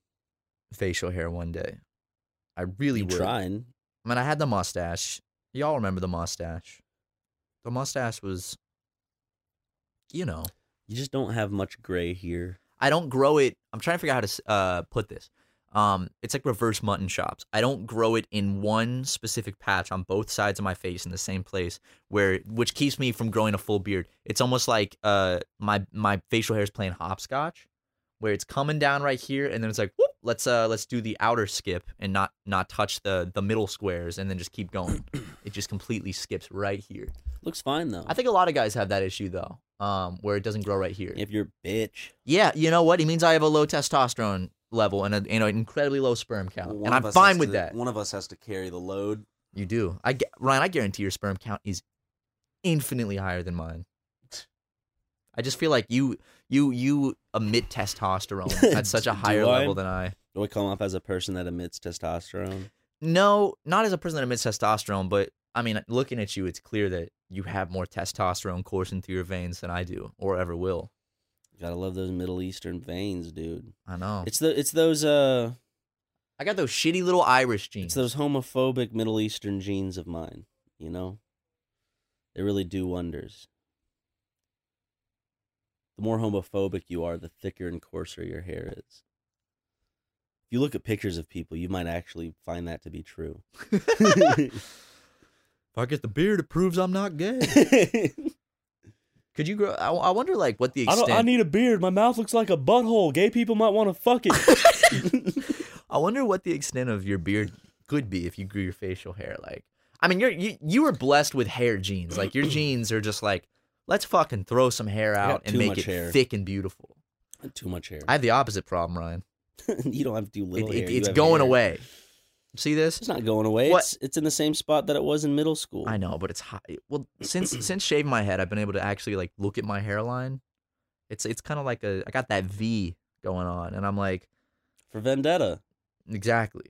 S2: facial hair one day. I really
S3: you
S2: would.
S3: trying.
S2: I mean, I had the mustache. Y'all remember the mustache? The mustache was, you know,
S3: You just don't have much gray here.
S2: I don't grow it. I'm trying to figure out how to s- uh, put this. Um, it's like reverse mutton chops. I don't grow it in one specific patch on both sides of my face in the same place, where which keeps me from growing a full beard. It's almost like uh my my facial hair is playing hopscotch, where it's coming down right here, and then it's like whoop, let's uh let's do the outer skip and not not touch the the middle squares, and then just keep going. it just completely skips right here.
S3: Looks fine though.
S2: I think a lot of guys have that issue though, um, where it doesn't grow right here.
S3: if you're a bitch,
S2: Yeah, you know what? He means I have a low testosterone level and, a, and an incredibly low sperm count, and I'm fine with that.
S3: One of us has to carry the load.
S2: You do, I gu- Ryan. I guarantee your sperm count is infinitely higher than mine. I just feel like you, you, you emit testosterone at such a
S3: Do
S2: higher
S3: I?
S2: level than I.
S3: Do I come off as a person that emits testosterone?
S2: No, not as a person that emits testosterone, but I mean, looking at you, it's clear that you have more testosterone coursing through your veins than I do, or ever will.
S3: Gotta love those Middle Eastern veins, dude.
S2: I know.
S3: It's the it's those uh
S2: I got those shitty little Irish genes.
S3: it's those homophobic Middle Eastern genes of mine. You know, they really do wonders. The more homophobic you are, the thicker and coarser your hair is. If you look at pictures of people, you might actually find that to be true.
S2: If I get the beard, it proves I'm not gay.
S3: I,
S2: Could you grow? I, I wonder, like, what the
S1: I,
S2: extent.
S1: don't, I need a beard. My mouth looks like a butthole. Gay people might want to fuck it.
S2: I wonder what the extent of your beard could be if you grew your facial hair. Like, I mean, you're you you were blessed with hair genes. Like, your genes are just like, let's fucking throw some hair
S3: got
S2: out and
S3: too
S2: make
S3: much
S2: it
S3: hair.
S2: thick and beautiful.
S3: have too much hair.
S2: I have the opposite problem, Ryan.
S3: you don't have too little
S2: It,
S3: hair.
S2: it,
S3: you
S2: it's
S3: have
S2: going
S3: hair.
S2: away. See this?
S3: It's not going away.
S2: What-
S3: It's it's in the same spot that it was in middle school.
S2: I know, but it's high. Well, since since shaving my head, I've been able to actually like look at my hairline. It's it's kind of like a I got that V going on, and I'm like,
S3: For vendetta.
S2: Exactly.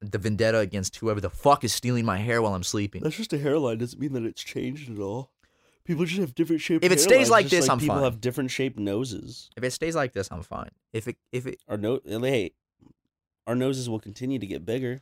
S2: The vendetta against whoever the fuck is stealing my hair while I'm sleeping.
S1: That's just a hairline. Doesn't mean that it's changed at all. People just have different shapes.
S2: If it stays like this,
S3: Just like
S2: I'm
S3: people
S2: fine.
S3: have different shaped noses.
S2: If it stays like this, I'm fine. If it, if it,
S3: our nose hey our noses will continue to get bigger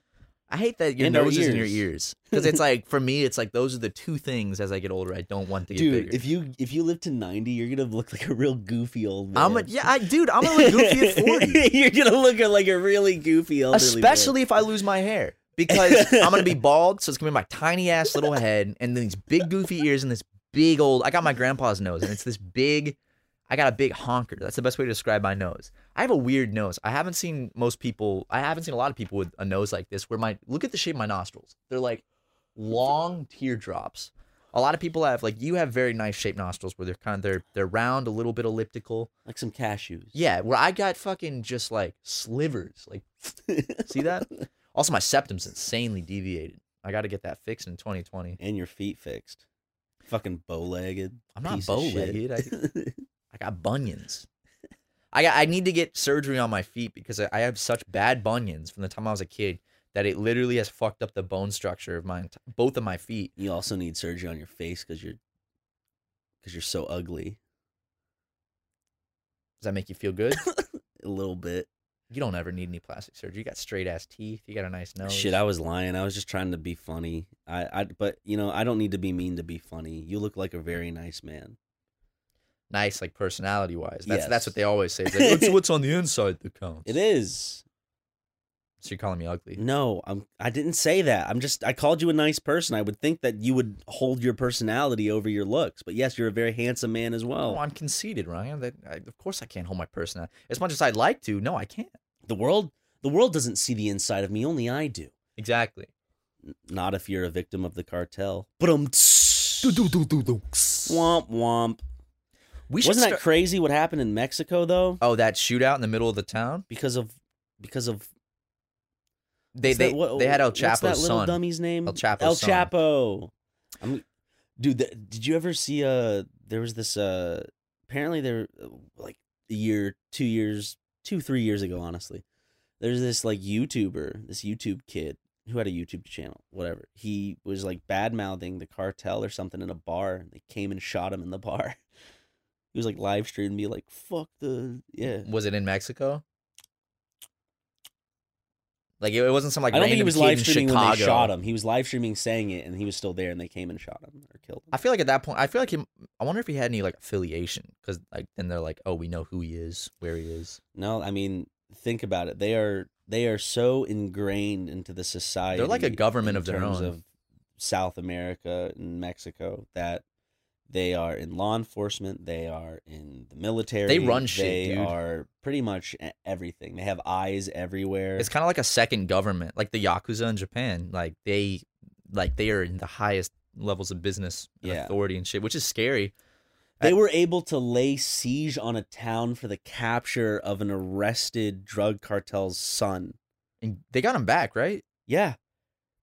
S2: I hate that your
S3: And our
S2: nose is in your
S3: ears.
S2: ears because it's like for me, it's like those are the two things as I get older I don't want to get
S3: dude
S2: bigger.
S3: if you if you live to 90 you're gonna look like a real goofy old man
S2: I'm a, yeah, I, dude, I'm gonna look goofy at forty,
S3: you're gonna look like a really goofy elderly
S2: especially if I lose my hair because I'm gonna be bald, so it's gonna be my tiny ass little head and these big goofy ears and this big old. I got my grandpa's nose and it's this big. I got a big honker. That's the best way to describe my nose. I have a weird nose. I haven't seen most people. I haven't seen a lot of people with a nose like this. Where my look at the shape of my nostrils. They're like long teardrops. A lot of people have like you have very nice shaped nostrils where they're kind of they're they're round, a little bit elliptical.
S3: man. like some cashews
S2: Yeah, where I got fucking just like slivers. Like, see that? Also, my septum's insanely deviated. I got to get that fixed in 2020.
S3: and your feet fixed fucking bow-legged
S2: I'm not
S3: piece of shit.
S2: I got bunions. I got, I need to get surgery on my feet because I I have such bad bunions from the time I was a kid that it literally has fucked up the bone structure of my enti- both of my feet.
S3: you also need surgery on your face because you're because you're so ugly
S2: Does that make you feel good?
S3: a little bit
S2: You don't ever need any plastic surgery. You got straight ass teeth. You got a nice nose.
S3: Shit, I was lying. I was just trying to be funny. I, I, but you know, I don't need to be mean to be funny. You look like a very nice man.
S2: nice, like personality wise. That's that's
S3: Yes.
S2: what they always say. It's like, what's, what's on the inside that counts?
S3: It is.
S2: So you're calling me ugly?
S3: No, I'm. I didn't say that. I'm just. I called you a nice person. I would think that you would hold your personality over your looks. But yes, you're a very handsome man as well.
S2: No, I'm conceited, Ryan. That I, of course I can't hold my personality as much as I'd like to. No, I can't.
S3: the world. The world doesn't see the inside of me. Only I do.
S2: Exactly.
S3: Not if you're a victim of the cartel. But um. Womp womp.
S2: We should
S3: Wasn't that
S2: start-
S3: crazy? What happened in Mexico though?
S2: oh, that shootout in the middle of the town.
S3: Because of because of
S2: They
S3: What's
S2: they,
S3: that- what-
S2: they had El
S3: what's that
S2: Chapo's
S3: little
S2: son.
S3: dummy's name?
S2: El Chapo's
S3: El
S2: son.
S3: Chapo. I'm, dude, th- did you ever see? Uh, there was this. Uh, apparently there, uh, like a year, two years, two three years ago. Honestly, there's this like YouTuber, this YouTube kid who had a YouTube channel, whatever. He was like bad mouthing the cartel or something in a bar. and They came and shot him in the bar. He was like live streaming, be like, "Fuck the yeah."
S2: Was it in Mexico? Like it, it wasn't some like
S3: I don't think he
S2: random
S3: was
S2: kid
S3: live
S2: in
S3: streaming
S2: Chicago.
S3: when they shot him. He was live streaming saying it, and he was still there, and they came and shot him or killed him.
S2: I feel like at that point, I feel like him. I wonder if he had any like affiliation, because like then they're like, oh, we know who he is, where he is.
S3: No, I mean, think about it. They are they are so ingrained into the society.
S2: like a government
S3: in
S2: of their
S3: terms
S2: own.
S3: Of South America and Mexico, that they are in law enforcement. They are in the military.
S2: run shit,
S3: They
S2: dude.
S3: are pretty much e- everything. They have eyes everywhere.
S2: It's kind of like a second government, like the yakuza in Japan. Like they, like they are in the highest levels of business and
S3: Yeah.
S2: authority and shit, which is scary.
S3: They were able to lay siege on a town for the capture of an arrested drug cartel's son.
S2: And they got him back, right?
S3: Yeah.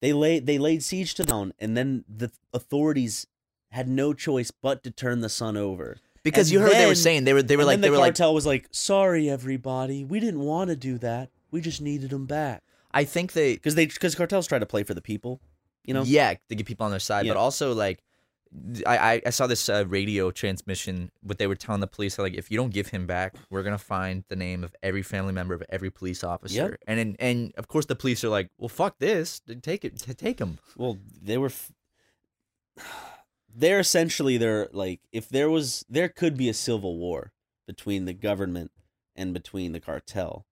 S3: They laid they laid siege to the town and then the authorities had no choice but to turn the sun over.
S2: Because
S3: And
S2: you heard they were
S3: then-
S2: saying they were they were
S3: and
S2: like
S3: then
S2: they
S3: the
S2: were like
S3: cartel was like, "Sorry everybody, we didn't want to do that. We just needed them back."
S2: I think they
S3: Cuz they cuz cartels try to play for the people, you know?
S2: yeah to get people on their side
S3: Yeah.
S2: but also like th- i i, I saw this uh, radio transmission what they were telling the police like if you don't give him back we're gonna find the name of every family member of every police officer and, and and of course the police are like well fuck this Then take it t- take him
S3: Well, they were f- they're essentially they're like if there was there could be a civil war between the government and between the cartel.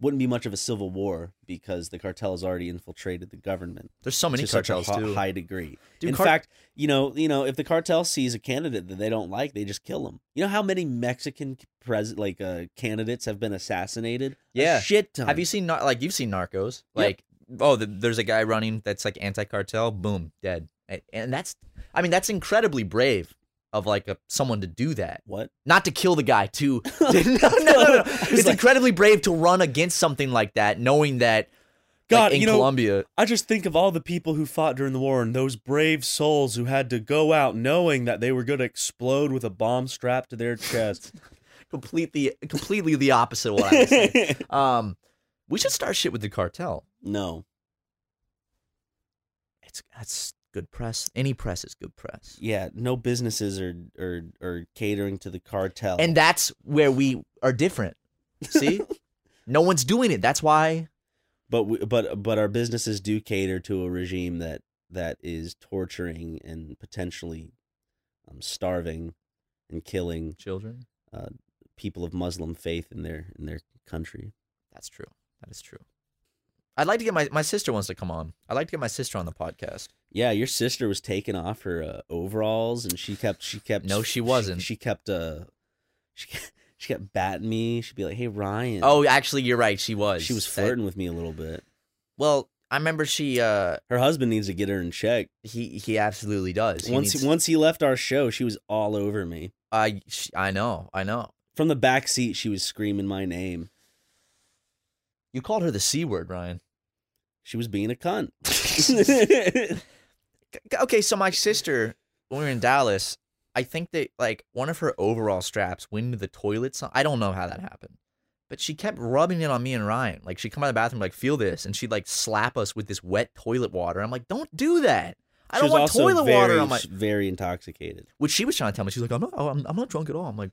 S3: Wouldn't be much of a civil war because the cartel has already infiltrated the government.
S2: there's so many
S3: to such a
S2: cartels
S3: ho-
S2: too
S3: high degree.
S2: Dude,
S3: In
S2: car-
S3: fact, you know, you know, if the cartel sees a candidate that they don't like, they just kill them. You know how many Mexican pres like uh, candidates have been assassinated? A
S2: Yeah.
S3: shit ton.
S2: have you seen Nar- like you've seen narcos like oh the, there's a guy running that's like anti-cartel boom dead and, and that's i mean that's incredibly brave of like a, someone to do that
S3: what?
S2: not to kill the guy to no no no, no.
S3: I was
S2: it's
S3: like-
S2: incredibly brave to run against something like that knowing that
S1: God,
S2: like, in
S1: you know-
S2: Colombia
S1: I just think of all the people who fought during the war and those brave souls who had to go out knowing that they were going to explode with a bomb strapped to their chest.
S2: completely completely the opposite of what I was saying. um we should start shit with the cartel
S3: no.
S2: it's that's good press any press is good press
S3: Yeah, no businesses are are are catering to the cartel.
S2: and that's where we are different see no one's doing it that's why
S3: but we, but but our businesses do cater to a regime that that is torturing and potentially um, starving and killing
S2: children
S3: people of Muslim faith in their in their country.
S2: that's true that is true I'd like to get my my sister wants to come on. I'd like to get my sister on the podcast.
S3: Yeah, your sister was taking off her uh, overalls, and she kept she kept
S2: No, she wasn't.
S3: She, kept uh, she kept, she kept batting me. She'd be like, "Hey, Ryan."
S2: Oh, actually, you're right. She was.
S3: she was
S2: That-
S3: flirting with me a little bit.
S2: Well, I remember she uh
S3: Her husband needs to get her in check.
S2: he he absolutely does. He
S3: once
S2: needs-
S3: he, once he left our show, she was all over me.
S2: I sh- I know I know.
S3: From the back seat, she was screaming my name.
S2: You called her the c word, Ryan.
S3: She was being a cunt.
S2: G- Okay, so my sister, when we were in Dallas, I think that like one of her overall straps went into the toilet. So- I don't know how that happened, but she kept rubbing it on me and Ryan. Like she'd come out of the bathroom like feel this, and she'd like slap us with this wet toilet water. I'm like, don't do that. I
S3: She
S2: don't
S3: was
S2: want
S3: also
S2: toilet
S3: very,
S2: water on my.
S3: very intoxicated.
S2: Which she was trying to tell me, she's like, I'm not, I'm, I'm not drunk at all. I'm like,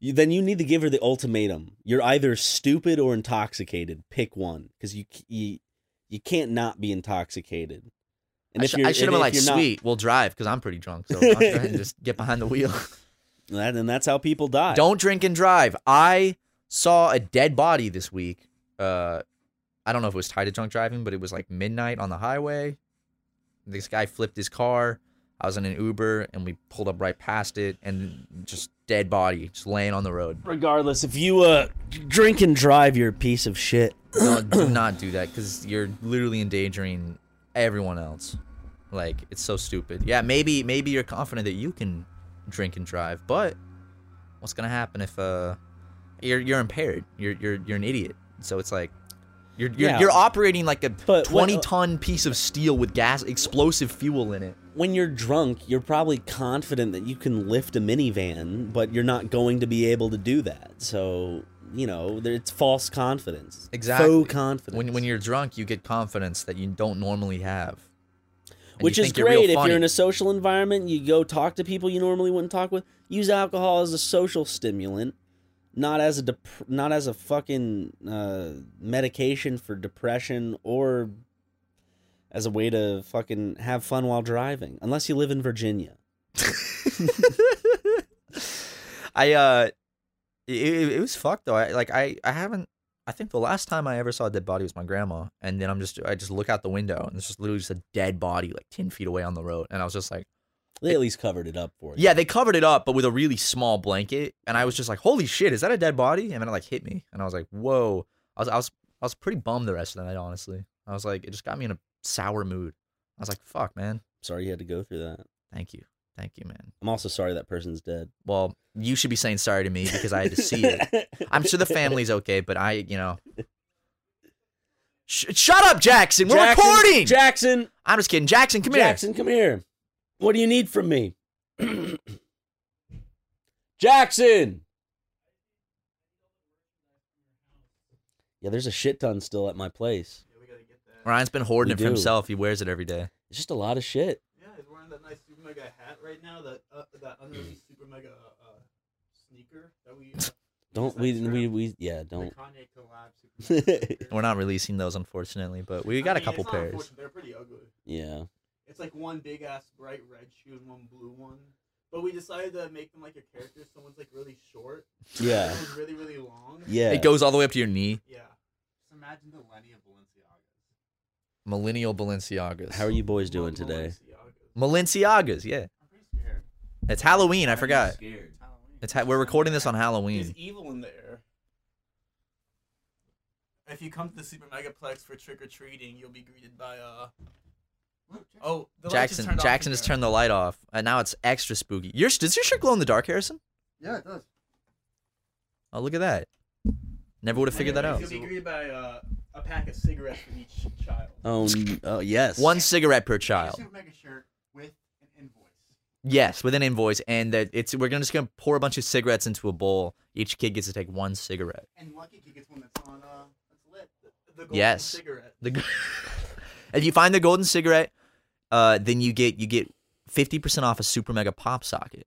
S3: you, then you need to give her the ultimatum. You're either stupid or intoxicated. Pick one, because you c- you you can't not be intoxicated.
S2: I, sh- I should have been like, "Sweet, we'll drive" because I'm pretty drunk. So I'll go ahead and just get behind the wheel.
S3: not, that, and that's how people die.
S2: Don't drink and drive. I saw a dead body this week. Uh, I don't know if it was tied to drunk driving, but it was like midnight on the highway. This guy flipped his car. I was in an Uber and we pulled up right past it and just dead body just laying on the road.
S3: Regardless, if you uh drink and drive, you're a piece of shit.
S2: No, do not do that because you're literally endangering everyone else. Like it's so stupid. Yeah, maybe maybe you're confident that you can drink and drive, but what's gonna happen if uh you're you're impaired? You're you're you're an idiot. So it's like you're you're,
S3: Yeah.
S2: you're operating like a
S3: But uh, what-
S2: twenty ton piece of steel with gas explosive fuel in it.
S3: When you're drunk, you're probably confident that you can lift a minivan, but you're not going to be able to do that. So you know, there, it's false confidence.
S2: Exactly.
S3: Faux confidence.
S2: When when you're drunk, you get confidence that you don't normally have. And you
S3: Which is
S2: think real
S3: great if
S2: funny.
S3: you're in a social environment, you go talk to people you normally wouldn't talk with. Use alcohol as a social stimulant, not as a dep- not as a fucking uh, medication for depression or as a way to fucking have fun while driving. Unless you live in Virginia.
S2: I uh, it, it, it was fucked though. I like I I haven't. I think the last time I ever saw a dead body was my grandma, and then I'm just I just look out the window and it's just literally just a dead body like ten feet away on the road, and I was just like,
S3: They at least covered it up for you.
S2: yeah, they covered it up, but with a really small blanket, and I was just like, holy shit, is that a dead body? And then it like hit me, and I was like, whoa. I was I was I was pretty bummed the rest of the night, honestly. I was like, it just got me in a sour mood. I was like, fuck, man.
S3: Sorry you had to go through that.
S2: Thank you, thank you, man.
S3: I'm also sorry that person's dead.
S2: Well, you should be saying sorry to me because I had to see it. I'm sure the family's okay, but I, you know. Sh- shut up, Jackson. We're
S3: Jackson,
S2: recording.
S3: Jackson,
S2: I'm just kidding. Jackson, come
S3: Jackson, come here. What do you need from me? Jackson. Yeah, there's a shit ton still at my place.
S2: here. Ryan's been hoarding
S3: We
S2: it for
S3: do.
S2: himself. He wears it every day.
S3: It's just a lot of shit.
S5: Yeah, he's wearing that nice super mega hat right now. That uh, that unreleased super mega uh, uh, sneaker that we. Uh,
S3: Don't we we we yeah,
S5: the
S3: don't.
S5: Kanye collab super mega sneaker.
S2: We're not releasing those, unfortunately, but we got
S5: I mean,
S2: a
S5: it's
S2: couple
S5: not
S2: pairs.
S5: unfortunate, They're pretty ugly.
S3: Yeah.
S5: It's like one big ass bright red shoe and one blue one. But we decided to make them like a character. Someone's like really short.
S3: Yeah.
S5: Someone's really really long.
S3: Yeah.
S2: It goes all the way up to your knee.
S5: Yeah. Just imagine the Lenny of Balenciaga.
S2: Millennial Balenciagas.
S3: How are you boys doing today?
S2: Balenciagas, yeah.
S5: I'm pretty scared.
S2: It's Halloween. I forgot.
S3: Scared.
S5: Halloween.
S2: It's ha- we're recording this on
S5: There's
S2: Halloween.
S5: evil in the air. If you come to the Super Megaplex for trick or treating, you'll be greeted by uh. Oh, the light just
S2: Jackson
S5: turned off
S2: Jackson
S5: in
S2: has
S5: there.
S2: turned the light off, and now it's extra spooky. Your, does your shirt glow in the dark, Harrison?
S4: Yeah, it does.
S2: Oh, look at that. Never would have figured that out.
S5: You'll be greeted by uh, a pack of cigarettes for each child.
S3: Oh, n- oh yes.
S2: One cigarette per child.
S5: Mega shirt with an invoice.
S2: Yes, with an invoice, and that it's we're gonna just gonna pour a bunch of cigarettes into a bowl. Each kid gets to take one cigarette.
S5: And Lucky Kid gets one that's on uh, that's lit. The, the golden
S2: Yes.
S5: cigarette.
S2: The, g- if you find the golden cigarette, uh, then you get you get fifty percent off a super mega pop socket.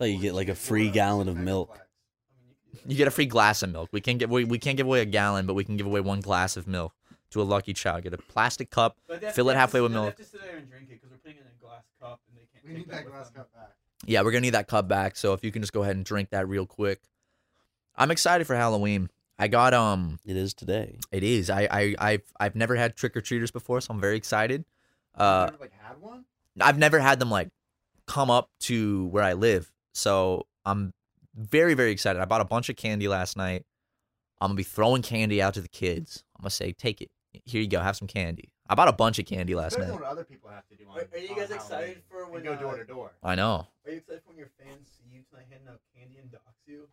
S3: Like you get like a free gallon of milk.
S2: You get a free glass of milk. We can't give we, we can't give away a gallon, but we can give away one glass of milk to a lucky child. Get a plastic cup,
S5: But they have-
S2: fill
S5: they
S2: it
S5: have
S2: halfway
S5: to,
S2: with
S5: they
S2: milk.
S5: have to sit there and drink it because we're putting it in a glass cup and they can't
S4: We
S5: take
S4: need that
S5: with
S4: glass
S5: them.
S4: cup back.
S2: Yeah, we're gonna need that cup back. So if you can just go ahead and drink that real quick. I'm excited for Halloween. I got um.
S3: It is today.
S2: It is. I I I've I've never had trick or treaters before, so I'm very excited. Uh,
S4: Like had one?
S2: I've never had them like come up to where I live, so I'm very very excited. I bought a bunch of candy last night. I'm gonna be throwing candy out to the kids. I'm gonna say, take it. Here you go. Have some candy. I bought a bunch of candy last
S4: Better than
S2: night.
S4: what other people have to do. On,
S5: Are, are you
S4: on
S5: guys
S4: Halloween.
S5: excited for
S4: and
S5: when
S4: go door
S5: uh,
S4: to door?
S2: I know.
S5: Are you excited for when your fans see you tonight handing out candy and dox you?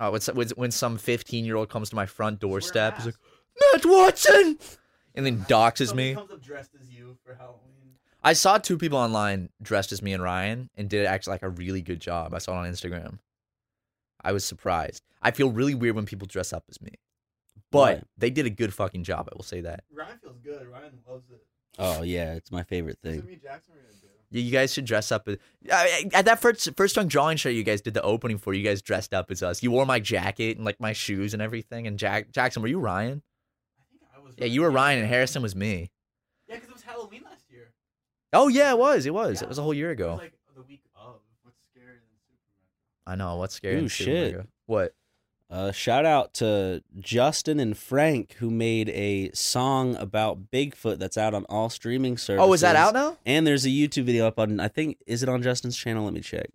S2: Oh, it's, it's when some 15 year old comes to my front doorstep, he's like,
S5: Matt
S2: Watson! and then doxes me.
S5: Comes up dressed as you for Halloween.
S2: I saw two people online dressed as me and Ryan and did actually like a really good job. I saw it on Instagram. I was surprised. I feel really weird when people dress up as me, but
S3: Right.
S2: they did a good fucking job. I will say that.
S5: Ryan feels good. Ryan loves it.
S3: Oh yeah, it's my favorite
S5: So
S3: thing.
S5: me and Jackson are gonna do.
S2: You, you guys should dress up as. I, I- at that first first tongue drawing show you guys did the opening for, you guys dressed up as us. You wore my jacket and like my shoes and everything. And Jack Jackson, were you Ryan? I think I was. Yeah, you were Ryan, and Harrison was me.
S5: Yeah, because it was Halloween last year.
S2: Oh yeah, it was. It was. It
S5: Yeah.
S2: was a whole year
S5: It
S2: ago.
S5: was like the week of. What's scarier than
S2: I know. What's scary?
S3: Ooh
S2: and stupid,
S3: shit.
S2: Lego? What?
S3: Uh, shout out to Justin and Frank who made a song about Bigfoot that's out on all streaming services.
S2: Oh, is that out now?
S3: And there's a YouTube video up on. I think is it on Justin's channel? Let me check.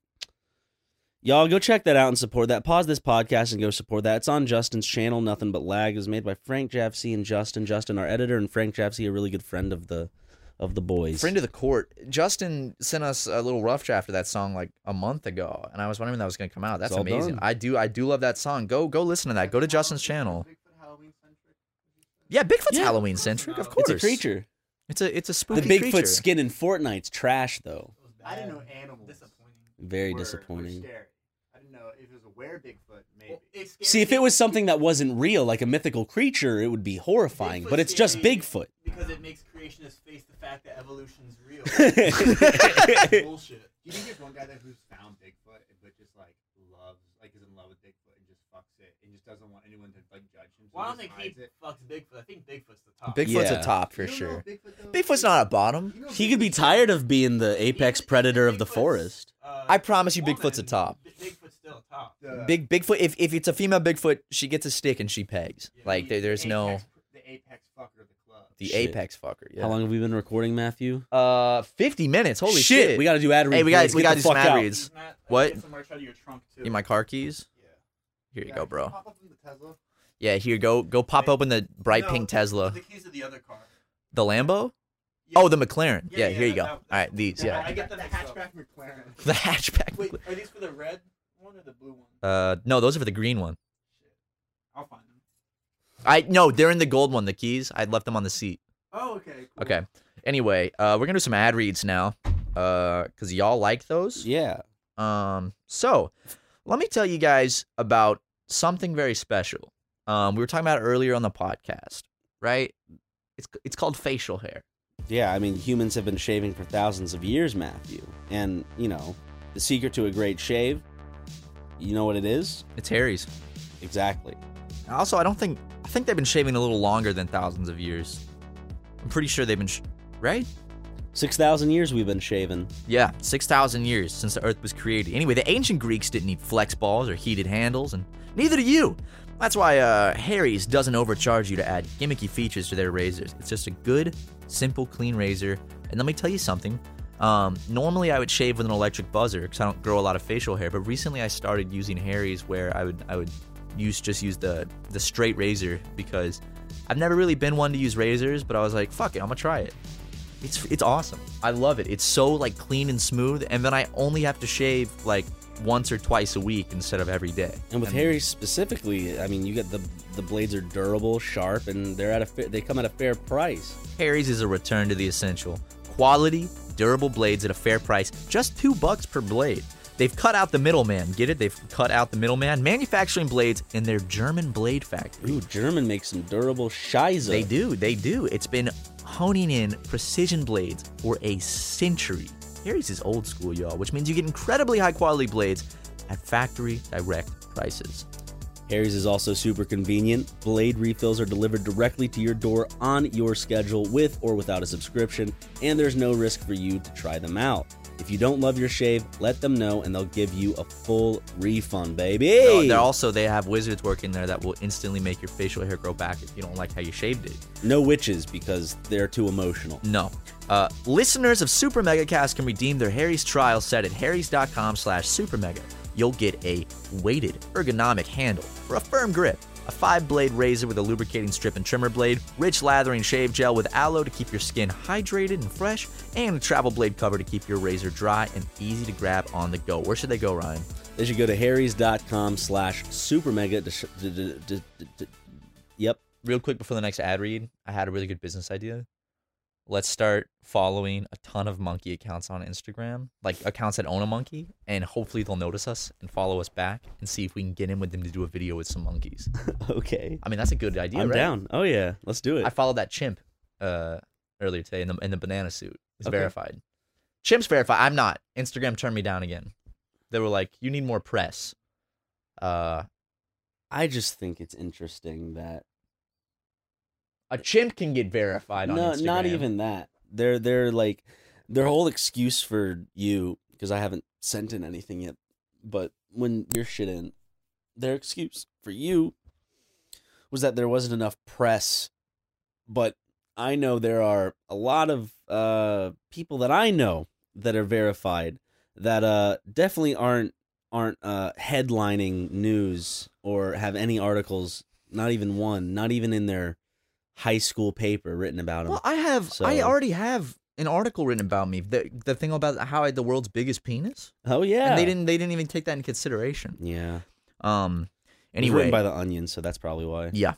S3: Y'all go check that out and support that. Pause this podcast and go support that. It's on Justin's channel. Nothing but lag. It was made by Frank Javsey and Justin. Justin, our editor, and Frank Javsey, a really good friend of the of the boys.
S2: Friend of the court, Justin sent us a little rough draft of that song like a month ago, and I was wondering when that was going to come out. That's
S3: all
S2: amazing.
S3: done.
S2: I do, I do love that song. Go, go listen to that. Go to Justin's channel. Yeah, Bigfoot's
S3: Yeah.
S2: Halloween centric, of course.
S3: It's a creature.
S2: It's a it's a spooky
S3: The Bigfoot
S2: creature.
S3: skin in Fortnite's trash though.
S4: I didn't know animals.
S3: Very
S4: were- Were
S3: disappointing.
S4: scary. I didn't know if it was a were Bigfoot, maybe.
S5: it's
S3: See, if it was something that wasn't real, like a mythical creature, it would be horrifying. but it's just Bigfoot.
S5: Because it makes creationists face the fact that evolution's real. Bullshit.
S4: Do you think there's one guy that who's found Bigfoot but just like loves, like is in love with Bigfoot and just fucks it and just doesn't want anyone to like judge him?
S5: Well, I don't
S4: just
S5: think he
S4: hides it?
S5: fucks Bigfoot. I think Bigfoot's the top.
S2: Bigfoot's
S3: Yeah.
S2: a top for
S4: You don't know
S2: sure.
S4: Bigfoot, though?
S2: Bigfoot's not a bottom.
S3: He could be tired of being the apex predator of the forest.
S5: Uh,
S2: I promise you, Bigfoot's a top.
S5: Bigfoot's still a top.
S4: The-
S2: Big Bigfoot. If if it's a female Bigfoot, she gets a stick and she pegs. Like there, there's no
S4: apex- the apex fucker of the club.
S2: the
S3: Shit.
S2: apex fucker. Yeah.
S3: How long have we been recording, Matthew?
S2: Uh, fifty minutes. Holy shit!
S3: Shit, we gotta do ad
S2: Hey,
S3: reads,
S2: we got
S3: boys.
S2: we
S3: Get
S2: gotta
S3: the
S2: do some
S3: fuck
S2: ad
S3: out.
S2: reeds.
S5: Matt, I
S2: What?
S5: Get some merch out of your trunk too.
S2: You my car keys?
S5: Yeah.
S2: Here you
S4: Yeah,
S2: go,
S4: can
S2: bro.
S4: Pop up in the Tesla.
S2: Yeah, here go go pop open the bright
S5: No,
S2: pink Tesla,
S5: The keys to the other car.
S2: the Lambo.
S5: Yeah.
S2: Oh, the McLaren.
S5: Yeah,
S2: Yeah,
S5: yeah,
S2: here you
S5: that-
S2: go.
S5: that-
S2: All right, these.
S5: Yeah,
S2: Yeah,
S5: I get
S4: the
S5: them mixed
S4: hatchback McLaren.
S2: the hatchback.
S5: Wait, are these for the red one or the blue one?
S2: Uh, no, those are for the green one.
S5: I'll find them.
S2: I no, they're in the gold one. The keys. I left them on the seat.
S5: Oh, okay. Cool.
S2: Okay. Anyway, uh, we're gonna do some ad reads now, uh, cause y'all like those.
S3: Yeah.
S2: Um, so let me tell you guys about something very special. Um, we were talking about it earlier on the podcast, right? It's it's called facial hair.
S3: Yeah, I mean, humans have been shaving for thousands of years, Matthew. And, you know, the secret to a great shave, you know what it is?
S2: It's Harry's.
S3: Exactly.
S2: And Also, I don't think I think they've been shaving a little longer than thousands of years. I'm pretty sure they've been, sh- right?
S3: 6,000 years we've been shaving.
S2: Yeah, six thousand years since the Earth was created. Anyway, the ancient Greeks didn't need flex balls or heated handles, and neither do you. That's why uh, Harry's doesn't overcharge you to add gimmicky features to their razors. It's just a good, simple, clean razor. And let me tell you something. Um, normally, I would shave with an electric buzzer because I don't grow a lot of facial hair. But recently, I started using Harry's, where I would I would use just use the the straight razor because I've never really been one to use razors. But I was like, fuck it, I'm gonna try it. It's it's awesome. I love it. It's so like clean and smooth, and then I only have to shave like once or twice a week instead of every day.
S3: And with Harry specifically, I mean, you get the the blades are durable, sharp, and they're at a fa- they come at a fair price.
S2: Harry's is a return to the essential. Quality, durable blades at a fair price, just two bucks per blade. They've cut out the middleman. Get it? They've cut out the middleman. Manufacturing blades in their German blade factory.
S3: Ooh, German makes some durable shiza.
S2: They do. They do. It's been honing in precision blades for a century. Harry's is old school, y'all, which means you get incredibly high quality blades at factory direct prices.
S3: Harry's is also super convenient. Blade refills are delivered directly to your door on your schedule with or without a subscription, and there's no risk for you to try them out. If you don't love your shave, let them know and they'll give you a full refund, baby.
S2: They're- They're also they have wizards working there that will instantly make your facial hair grow back if you don't like how you shaved it.
S3: No witches because they're too emotional.
S2: No. Uh, listeners of Super Mega Cast can redeem their Harry's trial set at harrys.com slash super mega. You'll get a weighted ergonomic handle for a firm grip, a five blade razor with a lubricating strip and trimmer blade, rich lathering shave gel with aloe to keep your skin hydrated and fresh, and a travel blade cover to keep your razor dry and easy to grab on the go. Where should they go, Ryan?
S3: They should go to harrys.com slash super mega. dis- d- d- d- d- d- Yep.
S2: real quick before the next ad read, I had a really good business idea. Let's start following a ton of monkey accounts on Instagram, like accounts that own a monkey, and hopefully they'll notice us and follow us back and see if we can get in with them to do a video with some monkeys.
S3: Okay.
S2: I mean, that's a good idea.
S3: I'm
S2: right?
S3: down. Oh, yeah. Let's do it.
S2: I followed that chimp uh, earlier today in the in the banana suit. It's
S3: Okay.
S2: verified. Chimp's verified. I'm not. Instagram turned me down again. They were like, "You need more press." Uh,
S3: I just think it's interesting that
S2: a chimp can get verified on
S3: no,
S2: Instagram.
S3: not even that. They're they're like their whole excuse for you because I haven't sent in anything yet. But when your shit in, their excuse for you was that there wasn't enough press. But I know there are a lot of uh, people that I know that are verified that uh, definitely aren't aren't uh, headlining news or have any articles, not even one, not even in their high school paper written about them.
S2: Well, I have. I
S3: So-
S2: already have an article written about me. The the thing about how I had the world's biggest penis.
S3: Oh yeah,
S2: And they didn't. They didn't even take that in consideration.
S3: Yeah.
S2: Um.
S3: It was written
S2: Anyway.
S3: by the Onion, so that's probably why.
S2: yeah.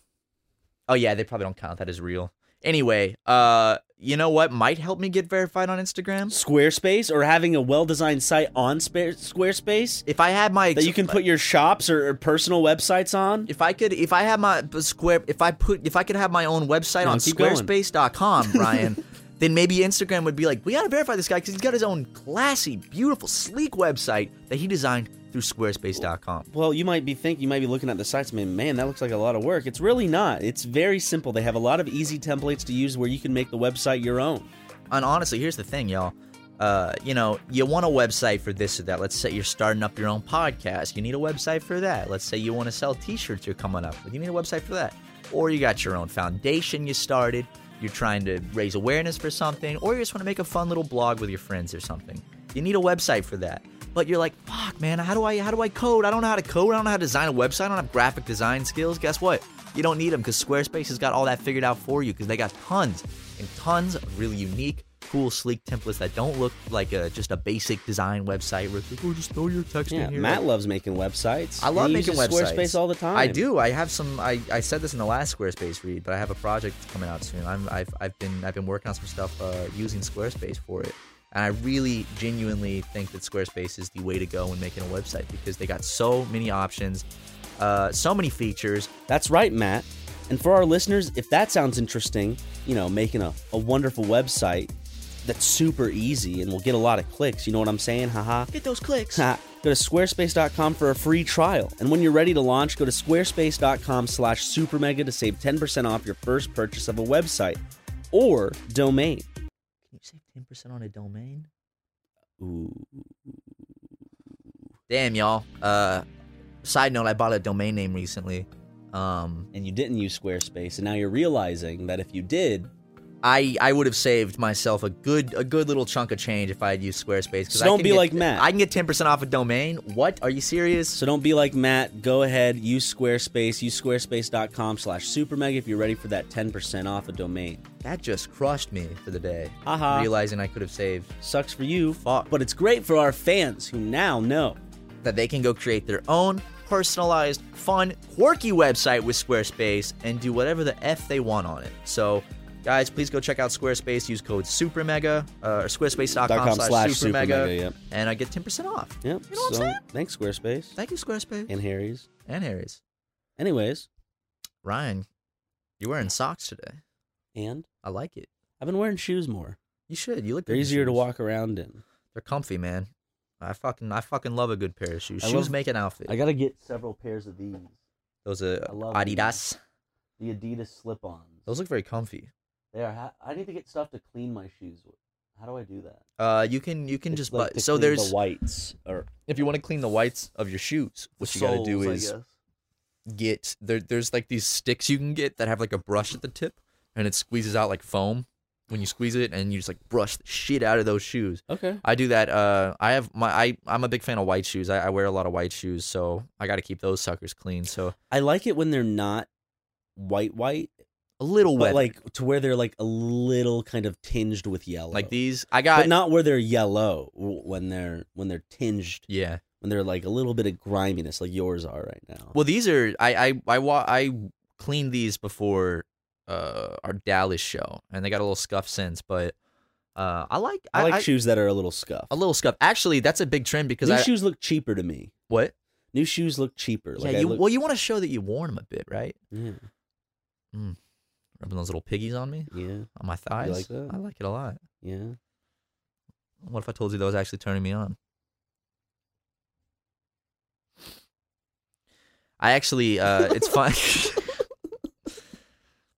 S2: Oh yeah, they probably don't count that as real. Anyway, uh, you know what might help me get verified on Instagram?
S3: Squarespace or having a well-designed site on Spa- Squarespace
S2: If I had my
S3: that you can put your shops or, or personal websites on.
S2: If I could, if I had my but square, if I put, if I could have my own website
S3: No,
S2: on
S3: keep going.
S2: squarespace.com, Brian, then maybe Instagram would be like, we gotta verify this guy because he's got his own classy, beautiful, sleek website that he designed through squarespace.com.
S3: Well, you might be thinking, you might be looking at the sites, man, man, that looks like a lot of work. It's really not. It's very simple. They have a lot of easy templates to use where you can make the website your own.
S2: And honestly, here's the thing, y'all. Uh, you know, you want a website for this or that. Let's say you're starting up your own podcast. You need a website for that. Let's say you want to sell t-shirts you're coming up with. You need a website for that. Or you got your own foundation you started. You're trying to raise awareness for something. Or you just want to make a fun little blog with your friends or something. You need a website for that. But you're like, fuck, man, how do I how do I code? I don't know how to code. I don't know how to design a website. I don't have graphic design skills. Guess what? You don't need them because Squarespace has got all that figured out for you because they got tons and tons of really unique, cool, sleek templates that don't look like a, just a basic design website where it's like, oh, just throw your text
S3: Yeah,
S2: in here.
S3: Matt loves making websites.
S2: I love
S3: He
S2: making
S3: uses
S2: websites.
S3: Squarespace all the time.
S2: I do. I have some. I, I said this in the last Squarespace read, but I have a project coming out soon. I'm, I've I've been I've been working on some stuff uh, using Squarespace for it, and I really genuinely think that Squarespace is the way to go when making a website because they got so many options, uh, so many features.
S3: That's right, Matt. And for our listeners, if that sounds interesting, you know, making a, a wonderful website that's super easy and will get a lot of clicks, you know what I'm saying? Haha.
S2: Get those clicks.
S3: Ha. Go to squarespace.com for a free trial. And when you're ready to launch, go to squarespace.com slash supermega to save 10% off your first purchase of a website or domain.
S2: Can you save ten percent on a domain?
S3: Ooh.
S2: Damn, y'all. Uh, side note: I bought a domain name recently. Um,
S3: And you didn't use Squarespace, and now you're realizing that if you did,
S2: I, I would have saved myself a good a good little chunk of change if I had used Squarespace. 'cause
S3: So
S2: I
S3: don't
S2: can
S3: be
S2: get-
S3: like Matt.
S2: I can get ten percent off a domain. What? Are you serious?
S3: So don't be like Matt. Go ahead, use Squarespace. Use squarespace.com slash supermega if you're ready for that 10% off a domain.
S2: That just crushed me for the day.
S3: Haha.
S2: Realizing I could have saved.
S3: Sucks for you.
S2: Fuck.
S3: But it's great for our fans who now know
S2: that they can go create their own personalized, fun, quirky website with Squarespace and do whatever the F they want on it. So, guys, please go check out Squarespace. Use code SUPERMEGA uh, or squarespace.com
S3: .com
S2: slash
S3: slash
S2: SUPERMEGA
S3: supermega, yep.
S2: and I get 10% off.
S3: Yep.
S2: You know what I'm
S3: so,
S2: saying?
S3: Thanks, Squarespace.
S2: Thank you, Squarespace.
S3: And Harry's.
S2: and Harry's.
S3: Anyways.
S2: Ryan, you're wearing socks today.
S3: And?
S2: I like it.
S3: I've been wearing shoes more.
S2: You should. You look
S3: They're
S2: good in
S3: easier to
S2: shoes.
S3: walk around in.
S2: They're comfy, man. I fucking I fucking love a good pair of shoes.
S3: I
S2: Shoes
S3: love-
S2: make an outfit.
S3: I gotta get several pairs of these.
S2: Those are
S3: I love
S2: Adidas.
S3: The Adidas slip-ons.
S2: Those look very comfy.
S3: They are. Ha- I need to get stuff to clean my shoes with. How do I do that?
S2: Uh, you can you can
S3: It's
S2: just
S3: like
S2: but
S3: to
S2: so
S3: clean the
S2: there's
S3: whites or
S2: if you want to clean the whites of your shoes, what you got to do
S3: soles, I
S2: is
S3: guess.
S2: get there. There's like these sticks you can get that have like a brush at the tip, and it squeezes out like foam when you squeeze it, and you just like brush the shit out of those shoes.
S3: Okay.
S2: I do that. Uh, I have my I I'm a big fan of white shoes. I, I wear a lot of white shoes, so I got to keep those suckers clean. So
S3: I like it when they're not white white,
S2: a little
S3: but
S2: wet,
S3: like to where they're like a little kind of tinged with yellow.
S2: like these. I
S3: but
S2: got
S3: not where they're yellow w- when they're when they're tinged
S2: yeah.
S3: when they're like a little bit of griminess like yours are right now.
S2: Well, these are I I I wa- I cleaned these before uh our Dallas show, and they got a little scuff since, but uh I like
S3: I like shoes that are a little scuffed.
S2: a little scuff. Actually, that's a big trend because
S3: New
S2: I
S3: shoes look cheaper to me.
S2: what
S3: New shoes look cheaper. Like
S2: yeah
S3: I
S2: you
S3: look-
S2: well you want to show that you worn them a bit, right?
S3: yeah.
S2: Rubbing those little piggies on me
S3: yeah,
S2: on my thighs.
S3: like that?
S2: I like it a lot.
S3: yeah.
S2: What if I told you that was actually turning me on? I actually, uh, it's fun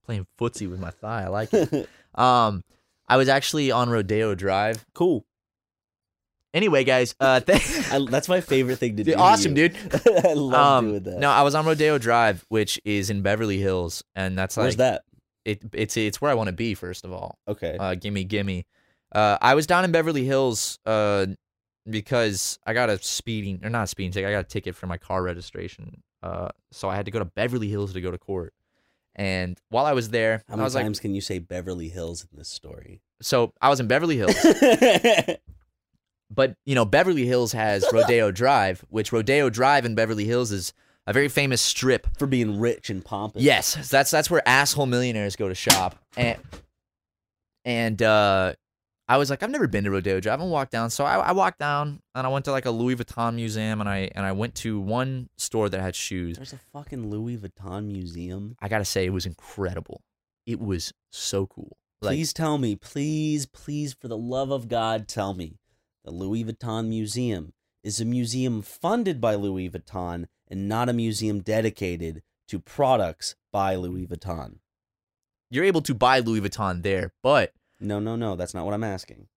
S2: playing footsie with my thigh. I like it. Um, I was actually on Rodeo Drive.
S3: Cool.
S2: Anyway, guys, uh, th-
S3: I, that's my favorite thing to do.
S2: Dude,
S3: to
S2: awesome,
S3: you.
S2: dude.
S3: I love
S2: um,
S3: doing that.
S2: No, I was on Rodeo Drive, which is in Beverly Hills, and that's
S3: where's
S2: like
S3: that?
S2: It, it's it's where I want to be. First of all,
S3: Okay.
S2: uh, gimme, gimme. Uh, I was down in Beverly Hills uh, because I got a speeding or not a speeding ticket. I got a ticket for my car registration. Uh, so I had to go to Beverly Hills to go to court. And while I was there,
S3: How
S2: I
S3: many
S2: was
S3: times can you say Beverly Hills in this story?
S2: like, so I was in Beverly Hills, but you know Beverly Hills has Rodeo Drive, which Rodeo Drive in Beverly Hills is a very famous strip.
S3: For being rich and pompous.
S2: Yes, so that's that's where asshole millionaires go to shop. And and uh, I was like, I've never been to Rodeo Drive. I haven't walked down, so I, I walked down and I went to like a Louis Vuitton museum and I and I went to one store that had shoes.
S3: There's a fucking Louis Vuitton museum.
S2: I gotta say, it was incredible. It was so cool. Like,
S3: please tell me, please, please, for the love of God, tell me the Louis Vuitton Museum is a museum funded by Louis Vuitton and not a museum dedicated to products by Louis Vuitton.
S2: you're able to buy Louis Vuitton there, but
S3: No, no, no. That's not what I'm asking.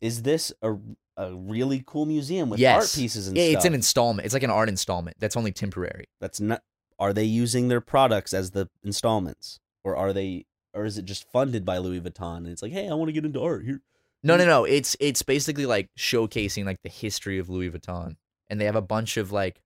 S3: Is this a a really cool museum with
S2: yes,
S3: art pieces and
S2: Yeah,
S3: stuff?
S2: it's an installment. It's like an art installment that's only temporary.
S3: That's not. Are they using their products as the installments, or are they, or is it just funded by Louis Vuitton? And it's like, hey, I want to get into art here. Mm.
S2: No, no, no. It's it's basically like showcasing like the history of Louis Vuitton, and they have a bunch of like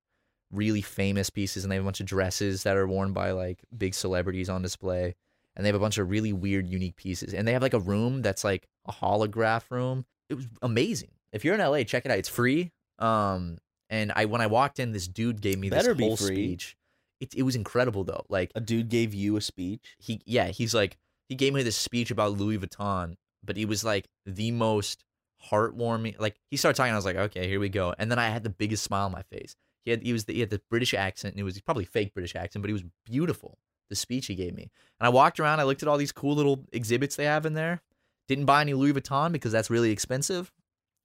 S2: really famous pieces, and they have a bunch of dresses that are worn by like big celebrities on display, and they have a bunch of really weird, unique pieces, and they have like a room that's like a holograph room. It was amazing. If you're in LA, check it out. It's free. Um, and I when I walked in, this dude gave me
S3: Better
S2: this
S3: be
S2: whole
S3: free.
S2: speech. It it was incredible though. Like
S3: A dude gave you a speech.
S2: he yeah he's like he gave me this speech about Louis Vuitton, but he was like the most heartwarming. Like he started talking, I was like, okay, here we go. And then I had the biggest smile on my face. He had he was the, he had the British accent, and it was probably fake British accent, but he was beautiful. The speech he gave me, and I walked around. I looked at all these cool little exhibits they have in there. Didn't buy any Louis Vuitton because that's really expensive.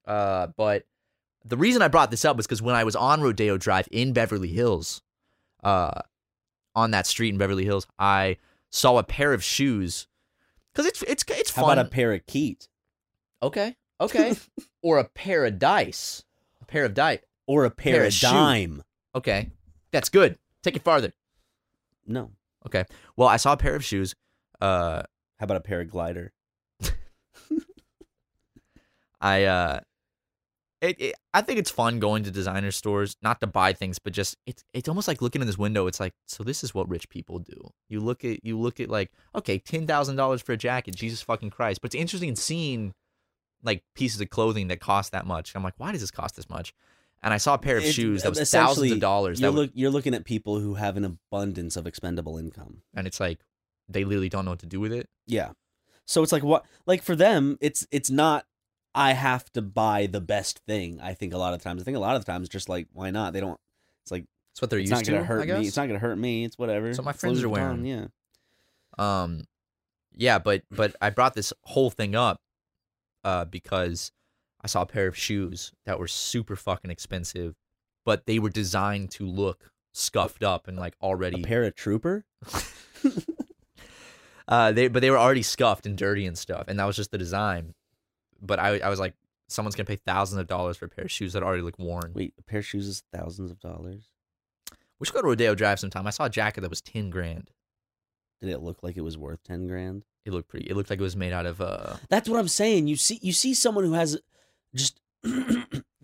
S2: Uh, but the reason I brought this up was because when I was on Rodeo Drive in Beverly Hills, uh, on that street in Beverly Hills, I saw a pair of shoes. Cause it's it's it's
S3: How
S2: fun.
S3: about a parakeet
S2: okay, okay, or a pair of dice, a pair of dice.
S3: or a pair of
S2: Parachute.
S3: dime?
S2: Okay, that's good. Take it farther.
S3: No,
S2: Okay. Well, I saw a pair of shoes. Uh,
S3: How about a paraglider?
S2: I uh it, it I think it's fun going to designer stores, not to buy things, but just it's it's almost like looking in this window. It's like, so this is what rich people do. You look at you look at like, okay, ten thousand dollars for a jacket, Jesus fucking Christ. But it's interesting seeing like pieces of clothing that cost that much. I'm like, why does this cost this much? And I saw a pair of
S3: It-
S2: shoes that was
S3: essentially,
S2: thousands of dollars.
S3: You're,
S2: that was,
S3: look, you're looking at people who have an abundance of expendable income,
S2: and it's like they literally don't know what to do with it.
S3: Yeah. So it's like what like for them it's it's not I have to buy the best thing. I think a lot of times I think a lot of times just like why not? They don't it's like
S2: it's what they're
S3: it's
S2: used
S3: not gonna
S2: to, I
S3: hurt me.
S2: guess.
S3: It's not gonna hurt me. It's whatever.
S2: So my
S3: It's
S2: friends
S3: Louis
S2: are
S3: Vuitton,
S2: wearing.
S3: Yeah.
S2: Um, yeah, but but I brought this whole thing up, uh, because I saw a pair of shoes that were super fucking expensive, but they were designed to look scuffed up and like already
S3: A paratrooper.
S2: uh, they but they were already scuffed and dirty and stuff, and that was just the design. But I I was like, someone's gonna pay thousands of dollars for a pair of shoes that already look worn.
S3: Wait, a pair of shoes is thousands of dollars.
S2: We should go to Rodeo Drive sometime. I saw a jacket that was ten grand.
S3: Did it look like it was worth ten grand?
S2: It looked pretty. It looked like it was made out of uh
S3: That's what I'm saying. You see, you see someone who has just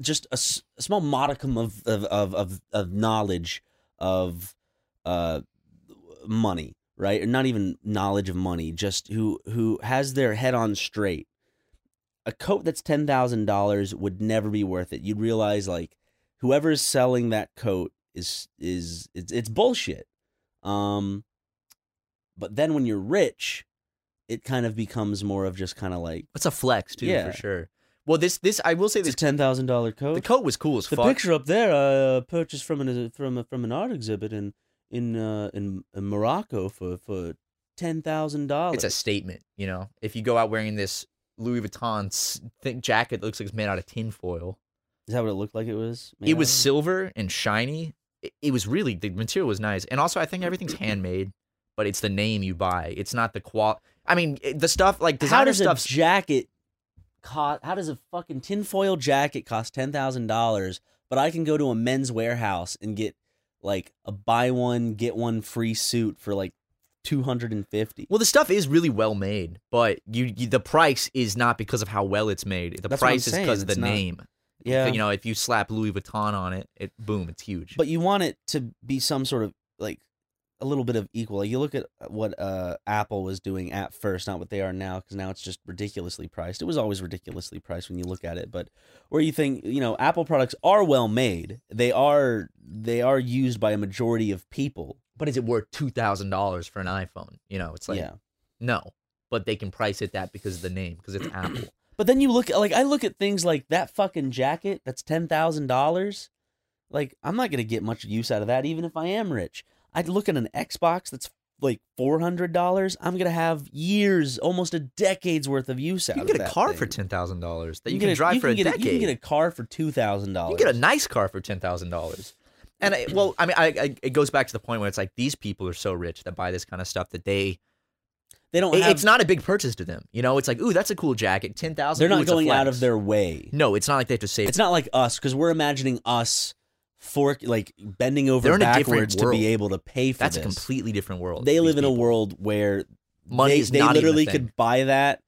S3: just a, s- a small modicum of of, of of of knowledge of uh money, right? Or not even knowledge of money, just who who has their head on straight. A coat that's ten thousand dollars would never be worth it. You'd realize like whoever is selling that coat is is it's, it's bullshit. Um, but then when you're rich, it kind of becomes more of just kind of like
S2: It's a flex too,
S3: Yeah.
S2: for sure. Well, this this I will say
S3: it's
S2: this
S3: a ten thousand dollar coat.
S2: the coat was cool as
S3: The
S2: fuck.
S3: picture up there I uh, purchased from an from a, from an art exhibit in in uh, in, in Morocco for for ten thousand dollars.
S2: it's a statement, you know. If you go out wearing this Louis Vuitton s- thick jacket that looks like it's made out of tinfoil,
S3: Is that what it looked like? It was. made
S2: it
S3: out
S2: was
S3: of?
S2: silver and shiny. It, it was really the material was nice, and also I think everything's handmade. But it's the name you buy. It's not the qual. I mean, it- the stuff like
S3: how
S2: designer
S3: does
S2: stuff.
S3: a jacket cost? How does a fucking tinfoil jacket cost ten thousand dollars? But I can go to a men's warehouse and get like a buy one get one free suit for like two hundred and fifty.
S2: Well, the stuff is really well made, but you, you the price is not because of how well it's made. The
S3: That's what I'm
S2: price is
S3: saying,
S2: because of the
S3: it's not-
S2: name.
S3: Yeah.
S2: you know, if you slap Louis Vuitton on it, it boom, it's huge.
S3: But you want it to be some sort of like a little bit of equal. Like you look at what uh, Apple was doing at first, not what they are now, because now it's just ridiculously priced. It was always ridiculously priced when you look at it, but where you think you know Apple products are well made, they are they are used by a majority of people.
S2: but is it worth two thousand dollars for an iPhone? You know, it's like
S3: Yeah.
S2: no, but they can price it that because of the name because it's Apple.
S3: But then you look at like I look at things like that fucking jacket that's ten thousand dollars. Like I'm not gonna get much use out of that, even if I am rich. I'd look at an Xbox that's like four hundred dollars. I'm gonna have years, almost a decade's worth of use out
S2: You
S3: of
S2: can get a
S3: that
S2: car
S3: thing.
S2: for ten thousand dollars that you,
S3: get
S2: can
S3: a-
S2: drive
S3: you
S2: for a
S3: get
S2: decade.
S3: you can get a car for two thousand dollars.
S2: You can get a nice car for ten thousand dollars. And I, well, I mean, I, I, it goes back to the point where it's like these people are so rich that buy this kind of stuff that they
S3: they don't.
S2: it-
S3: have,
S2: it's not a big purchase to them. You know, it's like, ooh, that's a cool jacket, ten thousand.
S3: They're not going out of their way.
S2: No, it's not like they have to save.
S3: It's not like us because we're imagining us fork like bending over
S2: They're in a different
S3: backwards to
S2: world.
S3: be able to pay for
S2: That's a
S3: this.
S2: completely different world.
S3: they
S2: these
S3: live in a
S2: people.
S3: world where
S2: Money
S3: they,
S2: is
S3: they
S2: not even a
S3: literally
S2: thing.
S3: could buy that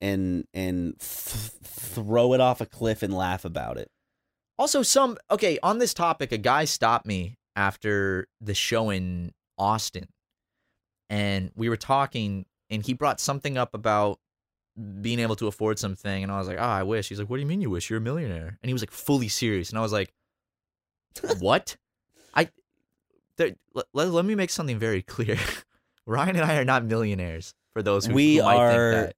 S3: and and th- throw it off a cliff and laugh about it.
S2: Also, some okay on this topic, a guy stopped me after the show in Austin, and we were talking, and he brought something up about being able to afford something, and I was like, "Oh, I wish." He's like, "What do you mean you wish? You're a millionaire." And he was like, fully serious, and I was like, "What? I there, let, let, let me make something very clear. Ryan and I are not millionaires. For those who
S3: we
S2: who might
S3: are
S2: think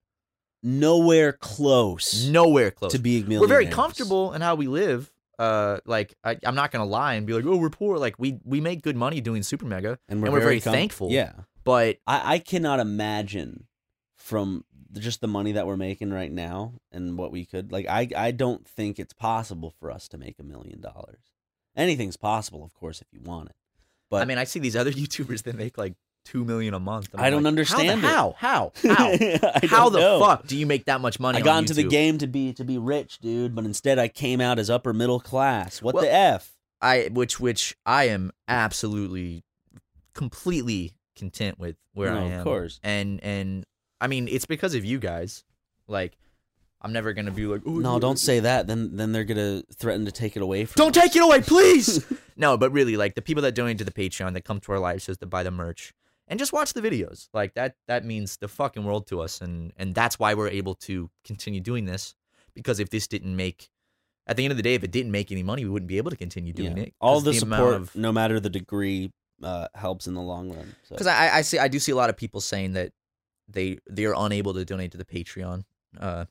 S3: nowhere close
S2: that. nowhere close
S3: to being millionaires.
S2: we're very comfortable in how we live. Uh, like I, I'm not gonna lie and be like, oh, we're poor. Like we we make good money doing Super Mega,
S3: and we're,
S2: very,
S3: com-
S2: thankful.
S3: Yeah,
S2: but
S3: I, I cannot imagine from just the money that we're making right now and what we could like. I I don't think it's possible for us to make a million dollars. Anything's possible, of course, if you want it. But
S2: I mean, I see these other YouTubers that make like two million a month. and
S3: I
S2: I'm
S3: don't
S2: like,
S3: understand it.
S2: how the- how how how,
S3: I
S2: how
S3: don't
S2: the
S3: know.
S2: fuck do you make that much money?
S3: I got
S2: on
S3: into the
S2: YouTube?
S3: game to be to be rich, dude, but instead I came out as upper middle class. What
S2: Well-
S3: the f?
S2: I which which I am absolutely completely content with where
S3: No,
S2: I
S3: of
S2: am.
S3: course.
S2: And and I mean, it's because of you guys. Like, I'm never gonna be like, "Oh, "Ooh,
S3: No,
S2: you-
S3: don't say that. Then then they're gonna threaten to take it away from.
S2: Don't take it away, please. no, but really, like the people that donate to the Patreon, that come to our live shows, that buy the merch, and just watch the videos. Like that, that means the fucking world to us, and and that's why we're able to continue doing this. Because if this didn't make, at the end of the day, if it didn't make any money, we wouldn't be able to continue doing
S3: Yeah.
S2: it.
S3: All
S2: 'Cause
S3: the,
S2: amount
S3: support,
S2: of-
S3: no matter the degree, uh, helps in the long run. So.
S2: because I, I see I do see a lot of people saying that they they are unable to donate to the Patreon, uh,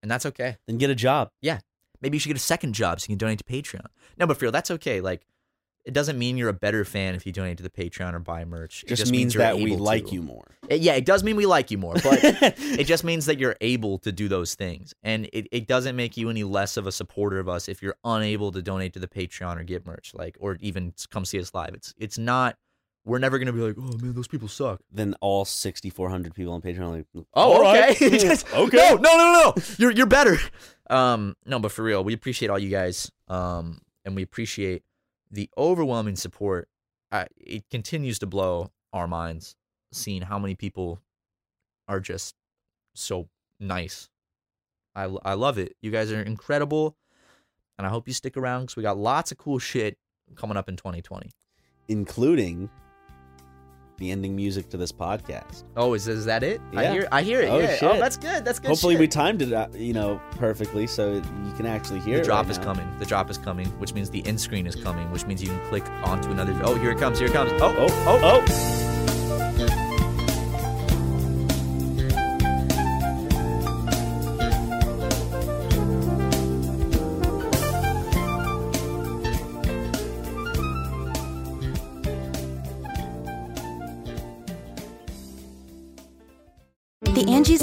S2: and that's okay.
S3: Then get a job.
S2: Yeah, maybe you should get a second job so you can donate to Patreon. No, but for real, that's okay. Like, it doesn't mean you're a better fan if you donate to the Patreon or buy merch. It
S3: Just
S2: means,
S3: means
S2: you're
S3: that we
S2: able
S3: like
S2: to.
S3: you more.
S2: It- yeah, it does mean we like you more, but it just means that you're able to do those things, and it, it doesn't make you any less of a supporter of us if you're unable to donate to the Patreon or get merch, like or even come see us live. It's it's not. We're never gonna be like, oh man, those people suck.
S3: Then all 6,400 people on Patreon are like,
S2: Oh,
S3: "All right, Oh.
S2: okay. Just-
S3: cool, okay.
S2: No, no, no, no, no. You're you're better. Um, no, but for real, we appreciate all you guys. Um, and we appreciate the overwhelming support. I, it continues to blow our minds seeing how many people are just so nice. I I love it. You guys are incredible, and I hope you stick around because we got lots of cool shit coming up in 2020.
S3: including the ending music to this podcast.
S2: Oh, is is that it? I hear I hear it.
S3: Oh,
S2: yeah.
S3: Shit.
S2: Oh, that's good. That's good.
S3: Hopefully
S2: shit.
S3: we timed it, uh, you know, perfectly so it- you can actually hear
S2: The
S3: it
S2: drop
S3: right
S2: is
S3: now.
S2: coming. The drop is coming, which means the end screen is coming, which means you can click onto another. Oh, here it comes. Here it comes. Oh, oh, oh, oh.
S6: The Angie's